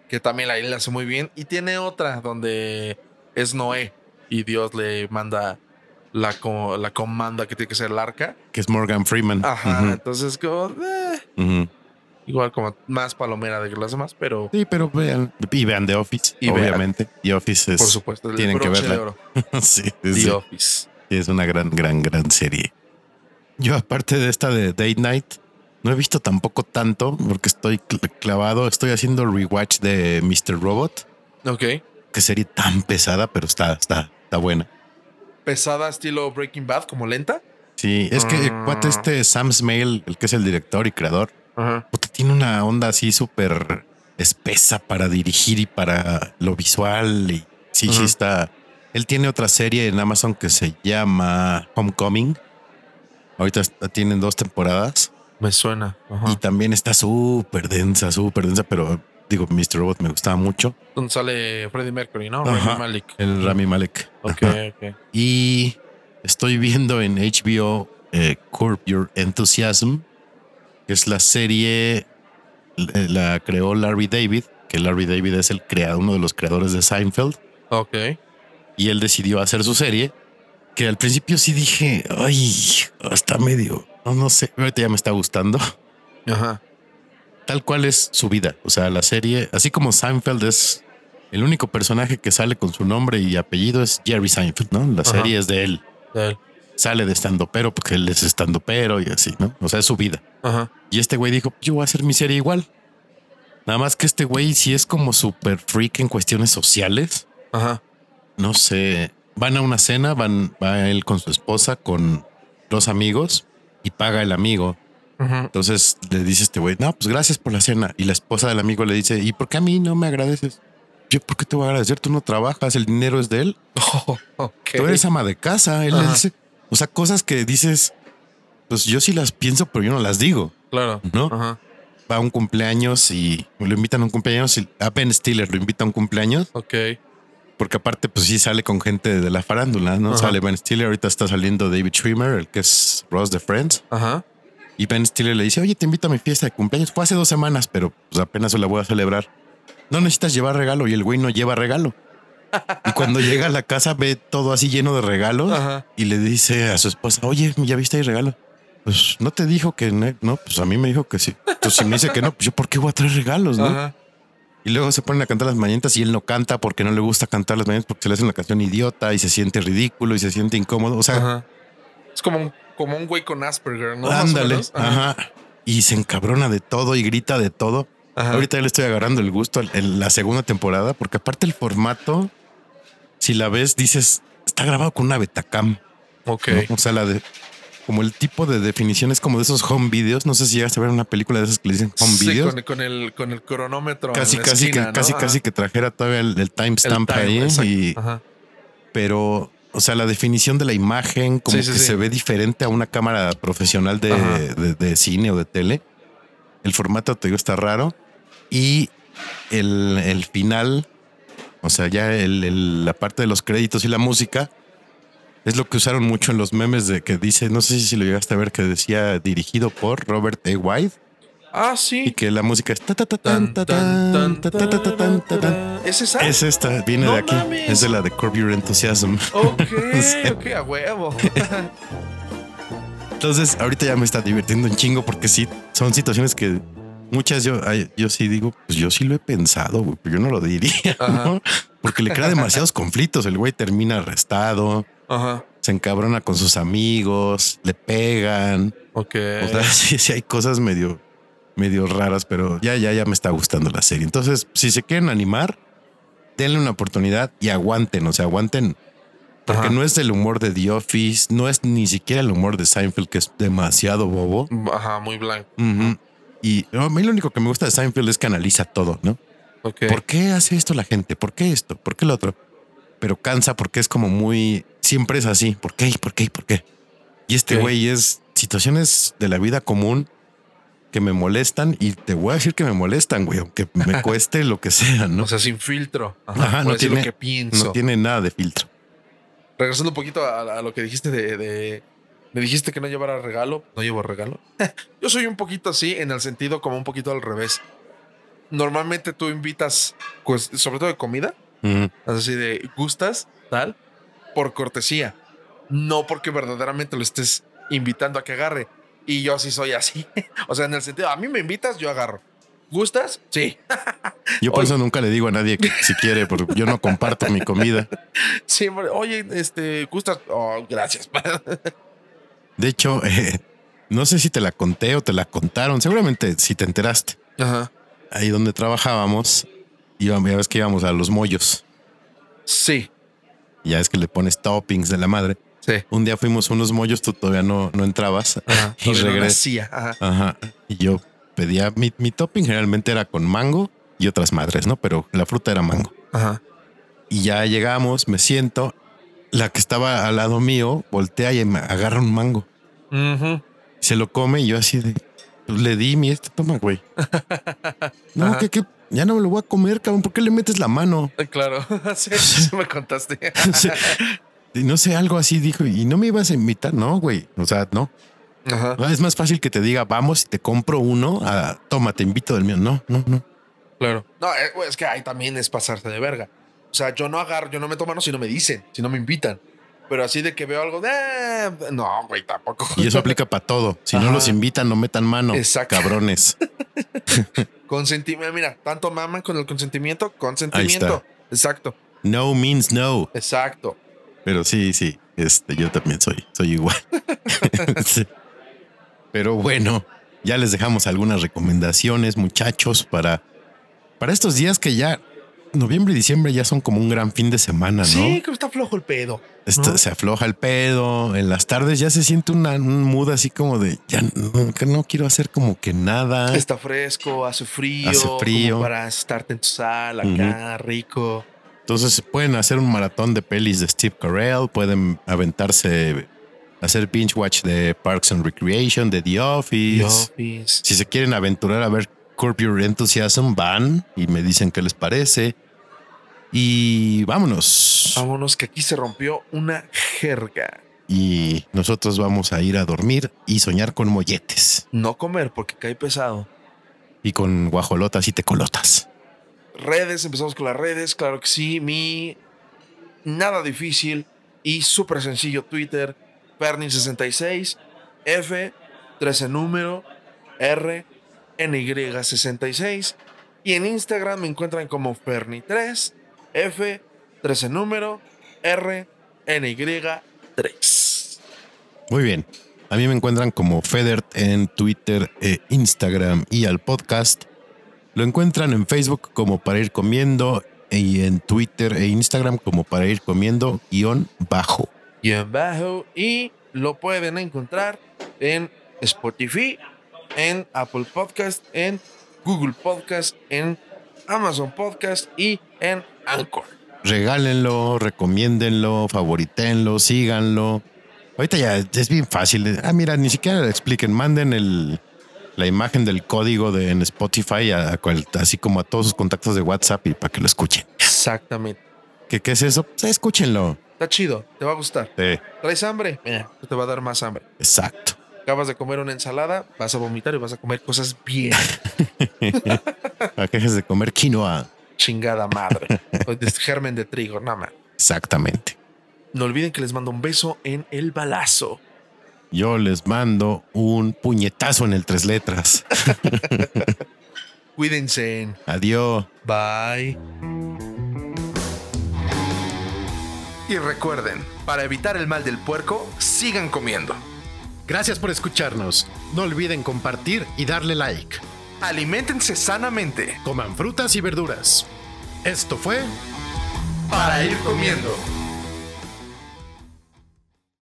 B: que también la, la hace muy bien. Y tiene otra donde es Noé y Dios le manda la, co- la comanda que tiene que ser el arca.
A: que es Morgan Freeman.
B: Ajá,
A: Ujú,
B: entonces como, eh,
A: ujú.
B: igual como más palomera de que las demás, pero
A: Sí, pero vean. Y vean The Office,
B: Y vean.
A: obviamente. The Office
B: por
A: es.
B: supuesto, el
A: tienen que
B: broche
A: verla.
B: de oro,
A: sí,
B: The
A: sí, sí,
B: Office.
A: es una gran, gran, gran serie. Yo, aparte de esta de Date Night, no he visto tampoco tanto porque estoy cl- clavado. Estoy haciendo rewatch de Mr. Robot.
B: Ok.
A: Qué serie tan pesada, pero está, está, está buena.
B: Pesada estilo Breaking Bad, como lenta.
A: Sí, es que
B: Mm.
A: cuate este Sam Smale, el que es el director y creador,
B: Ajá.
A: puta, tiene una onda así súper espesa para dirigir y para lo visual. Y sí, sí
B: Ujú.
A: está. Él tiene otra serie en Amazon que se llama Homecoming. Ahorita está- tienen dos temporadas
B: Me suena.
A: y
B: Ajá.
A: también está súper densa, súper densa, pero digo, Mr. Robot me gustaba mucho.
B: Donde sale Freddie Mercury, ¿no?
A: Ajá.
B: Rami Malik.
A: El Rami Malek.
B: Ok,
A: Ajá.
B: ok.
A: Y estoy viendo en HBO eh, Curb Your Enthusiasm, que es la serie, eh, la creó Larry David, que Larry David es el creador, uno de los creadores de Seinfeld,
B: Ok.
A: y él decidió hacer su serie, que al principio sí dije, ay, está medio, no, no sé, ahorita ya me está gustando.
B: Ajá.
A: Tal cual es su vida, o sea, la serie, así como Seinfeld es el único personaje que sale con su nombre y apellido es Jerry Seinfeld, ¿no? La
B: Ajá.
A: serie es de él.
B: Dale.
A: sale de estando pero porque él es estando pero y así, ¿no? O sea, es su vida.
B: Ajá.
A: Y este güey dijo, yo voy a hacer mi serie igual. Nada más que este güey sí es como súper freak en cuestiones sociales.
B: Ajá.
A: No sé, van a una cena, van, va él con su esposa, con dos amigos y paga el amigo.
B: Ajá.
A: Entonces le dice este güey, no, pues gracias por la cena. Y la esposa del amigo le dice, ¿y por qué a mí no me agradeces? Yo, ¿por qué te voy a agradecer? Tú no trabajas, el dinero es de él.
B: ok.
A: Tú eres ama de casa. Él le
B: Ajá.
A: dice, o sea, cosas que dices, pues yo sí las pienso, pero yo no las digo,
B: Claro.
A: ¿no?
B: Ajá.
A: Va a un cumpleaños y lo invitan a un cumpleaños y a Ben Stiller lo invita a un cumpleaños,
B: Ok.
A: porque aparte, pues sí sale con gente de la farándula, ¿no?
B: Ajá.
A: Sale Ben Stiller, ahorita está saliendo David Schwimmer, el que es Ross de Friends,
B: Ajá.
A: y Ben Stiller le dice, oye, te invito a mi fiesta de cumpleaños. Fue hace dos semanas, pero pues apenas se la voy a celebrar. No necesitas llevar regalo y el güey no lleva regalo. Y cuando llega a la casa ve todo así lleno de regalos
B: Ajá.
A: y le dice a su esposa, oye, ¿ya viste el regalo? Pues no te dijo que no, no, pues a mí me dijo que sí. Pues si me dice que no, pues yo por qué voy a traer regalos, no?
B: Ajá.
A: Y luego se ponen a cantar las mañanitas y él no canta porque no le gusta cantar las mañanitas porque se le hace una canción idiota y se siente ridículo y se siente incómodo. O sea,
B: Ajá. Es como un, como un güey con Asperger, ¿no? Más o
A: ándale,
B: menos.
A: ajá. Y se encabrona de todo y grita de todo.
B: Ajá.
A: Ahorita ya le estoy agarrando el gusto en la segunda temporada porque aparte el formato, si la ves, dices, está grabado con una Betacam.
B: Ok.
A: ¿no? O sea, la de como el tipo de definición es como de esos home videos. No sé si llegas a ver una película de esas que le dicen home
B: Sí,
A: videos.
B: con, con el, con el cronómetro.
A: Casi,
B: en la
A: casi,
B: esquina,
A: que,
B: ¿no?
A: casi,
B: Ajá.
A: casi que trajera todavía el, el
B: El
A: timestamp
B: time,
A: ahí.
B: exacto.
A: y-
B: Ajá.
A: pero, o sea, la definición de la imagen, como
B: Sí, sí,
A: que
B: sí.
A: se ve diferente a una cámara profesional de,
B: Ajá.
A: de- de cine o de tele. El formato, te digo, está raro. Y el, el final, o sea, ya el- el- la parte de los créditos y la música, es lo que usaron mucho en los memes de que dice, no sé si lo llegaste a ver, que decía dirigido por Robert E. White
B: Ah,
A: y
B: sí.
A: que la música es... ta, ta, ta, tan,
B: Tan,
A: ta,
B: tan,
A: tan,
B: tan,
A: ta, ta, ta, ta, tan, ta, tan.
B: tararán. ¿Es esa?
A: Es esta, viene
B: No
A: de aquí.
B: mames.
A: Es de la de Curb Your Enthusiasm.
B: Ok,
A: Sí.
B: ok, a huevo.
A: Entonces, ahorita ya me está divirtiendo un chingo porque sí, son situaciones que muchas yo, ay, yo sí digo, pues yo sí lo he pensado, güey, pero yo no lo diría,
B: Ajá.
A: ¿no? Porque le crea demasiados conflictos. El güey termina arrestado,
B: Ajá.
A: se encabrona con sus amigos, le pegan.
B: Ok.
A: O sea, sí, sí hay cosas medio, medio raras, pero ya, ya, ya me está gustando la serie. Entonces, si se quieren animar, denle una oportunidad y aguanten, o sea, aguanten. Porque
B: Ajá.
A: no es del humor de The Office, no es ni siquiera el humor de Seinfeld, que es demasiado bobo.
B: Ajá, muy blanco.
A: Ujú. Y no, a mí lo único que me gusta de Seinfeld es que analiza todo, ¿no?
B: Ok.
A: ¿Por qué hace esto la gente? ¿Por qué esto? ¿Por qué lo otro? Pero cansa porque es como muy... Siempre es así. ¿Por qué? ¿Por qué? ¿Por qué? Y este
B: Ok.
A: güey es situaciones de la vida común que me molestan y te voy a decir que me molestan, güey, aunque me cueste lo que sea, ¿no?
B: O sea, sin filtro.
A: Ajá,
B: Ajá,
A: no
B: no decir lo
A: tiene-
B: que pienso.
A: No tiene nada de filtro.
B: Regresando un poquito a, a lo que dijiste de, de- Me dijiste que no llevara regalo. No llevo regalo. Yo soy un poquito así, en el sentido como un poquito al revés. Normalmente tú invitas, pues, sobre todo de comida,
A: Ujú.
B: así de gustas, tal, por cortesía. no porque verdaderamente lo estés invitando a que agarre. Y yo sí soy así. o sea, en el sentido, a mí me invitas, yo agarro. ¿Gustas? Sí.
A: Yo por
B: Oye.
A: eso nunca le digo a nadie que si quiere, porque yo no comparto mi comida.
B: Sí, hombre. oye, este, ¿gustas? Oh, gracias.
A: De hecho, eh, no sé si te la conté o te la contaron. Seguramente si te enteraste.
B: Ajá.
A: Ahí donde trabajábamos, íbamos, ya ves que íbamos a los mollos.
B: Sí,
A: y Ya es que le pones toppings de la madre.
B: sí.
A: Un día fuimos a unos mollos, tú todavía no, no entrabas.
B: Ajá.
A: Y
B: Todavía no
A: regres-
B: nacía. Ajá.
A: Ajá. Y yo pedía mi, mi topping generalmente era con mango y otras madres, ¿no? Pero la fruta era mango.
B: Ajá.
A: Y ya llegamos, me siento. La que estaba al lado mío voltea y me agarra un mango.
B: Ujú.
A: Se lo come y yo así de pues, le di mi este toma, güey. No,
B: Ajá.
A: que, que ya no me lo voy a comer, cabrón. ¿Por qué le metes la mano?
B: Eh, Claro, sí, sí me contaste.
A: Y no sé, algo así dijo. Y no me ibas a invitar, no, güey. O sea, no.
B: Ajá.
A: Ah, Es más fácil que te diga, vamos y te compro uno. A, toma, te invito del mío. No, no, no.
B: Claro. No, eh, güey, es que ahí también es pasarse de verga. O sea, yo no agarro, yo no me tomo mano si no me dicen, si no me invitan. Pero así de que veo algo, "Ah, no, güey, tampoco.
A: Y eso aplica para todo. Si no
B: Ajá.
A: los invitan, no metan mano.
B: Exacto.
A: Cabrones.
B: Consentimiento, eh, mira, tanto maman con el consentimiento, consentimiento. Exacto,
A: No means no.
B: exacto.
A: Pero sí, sí. Este, yo también soy, soy igual. Sí. Pero bueno, ya les dejamos algunas recomendaciones, muchachos, para, para estos días que ya noviembre y diciembre ya son como un gran fin de semana, ¿no?
B: Sí, que está flojo el pedo.
A: Está-
B: ¿no?
A: Se afloja el pedo. En las tardes ya se siente una, un mood así como de ya no, que no quiero hacer como que nada.
B: Está fresco, hace frío.
A: Ah. Hace
B: como
A: frío.
B: Para estarte en tu sala, acá, rico.
A: Entonces se pueden hacer un maratón de pelis de Steve Carell, pueden aventarse, hacer binge watch de Parks and Recreation, de The Office.
B: The Office.
A: Si se quieren aventurar a ver Curb Your Enthusiasm, van y me dicen qué les parece. Y vámonos.
B: Vámonos, que aquí se rompió una jerga.
A: Y nosotros vamos a ir a dormir y soñar con molletes
B: No comer porque cae pesado.
A: y con guajolotas y tecolotas.
B: Redes, empezamos con las redes, claro que sí. Mi nada difícil y súper sencillo Twitter, Pernin66, F, 13 número, R, NY66. Y en Instagram me encuentran como Perni3, F, 13 número, R, NY3.
A: Muy bien. A mí me encuentran como Federt en Twitter, e Instagram y al podcast. Lo encuentran en Facebook como para ir comiendo y en Twitter e Instagram como para ir comiendo guión bajo.
B: Y en bajo, y lo pueden encontrar en Spotify, en Apple Podcast, en Google Podcast, en Amazon Podcast y en Anchor.
A: Regálenlo, recomiéndenlo, favoritenlo, síganlo. Ahorita ya es bien fácil. Ah, mira, ni siquiera le expliquen. Manden el, la imagen del código de, en Spotify, a- a cual- así como a todos sus contactos de WhatsApp y para que lo escuchen.
B: Exactamente.
A: ¿Qué, qué es eso? Pues, escúchenlo.
B: Está chido, te va a gustar.
A: Sí,
B: ¿Traes hambre? Mira, te va a dar más hambre.
A: exacto.
B: Acabas de comer una ensalada, vas a vomitar y vas a comer cosas bien
A: Para que dejes de comer quinoa.
B: chingada madre. O de germen de trigo, nada más.
A: Exactamente.
B: No olviden que les mando un beso en el balazo.
A: Yo les mando un puñetazo en el tres letras.
B: Cuídense.
A: Adiós.
B: Bye. Y recuerden, para evitar el mal del puerco, sigan comiendo.
C: Gracias por escucharnos. No olviden compartir y darle like.
B: Aliméntense sanamente
C: Coman frutas y verduras. Esto fue
B: para ir comiendo.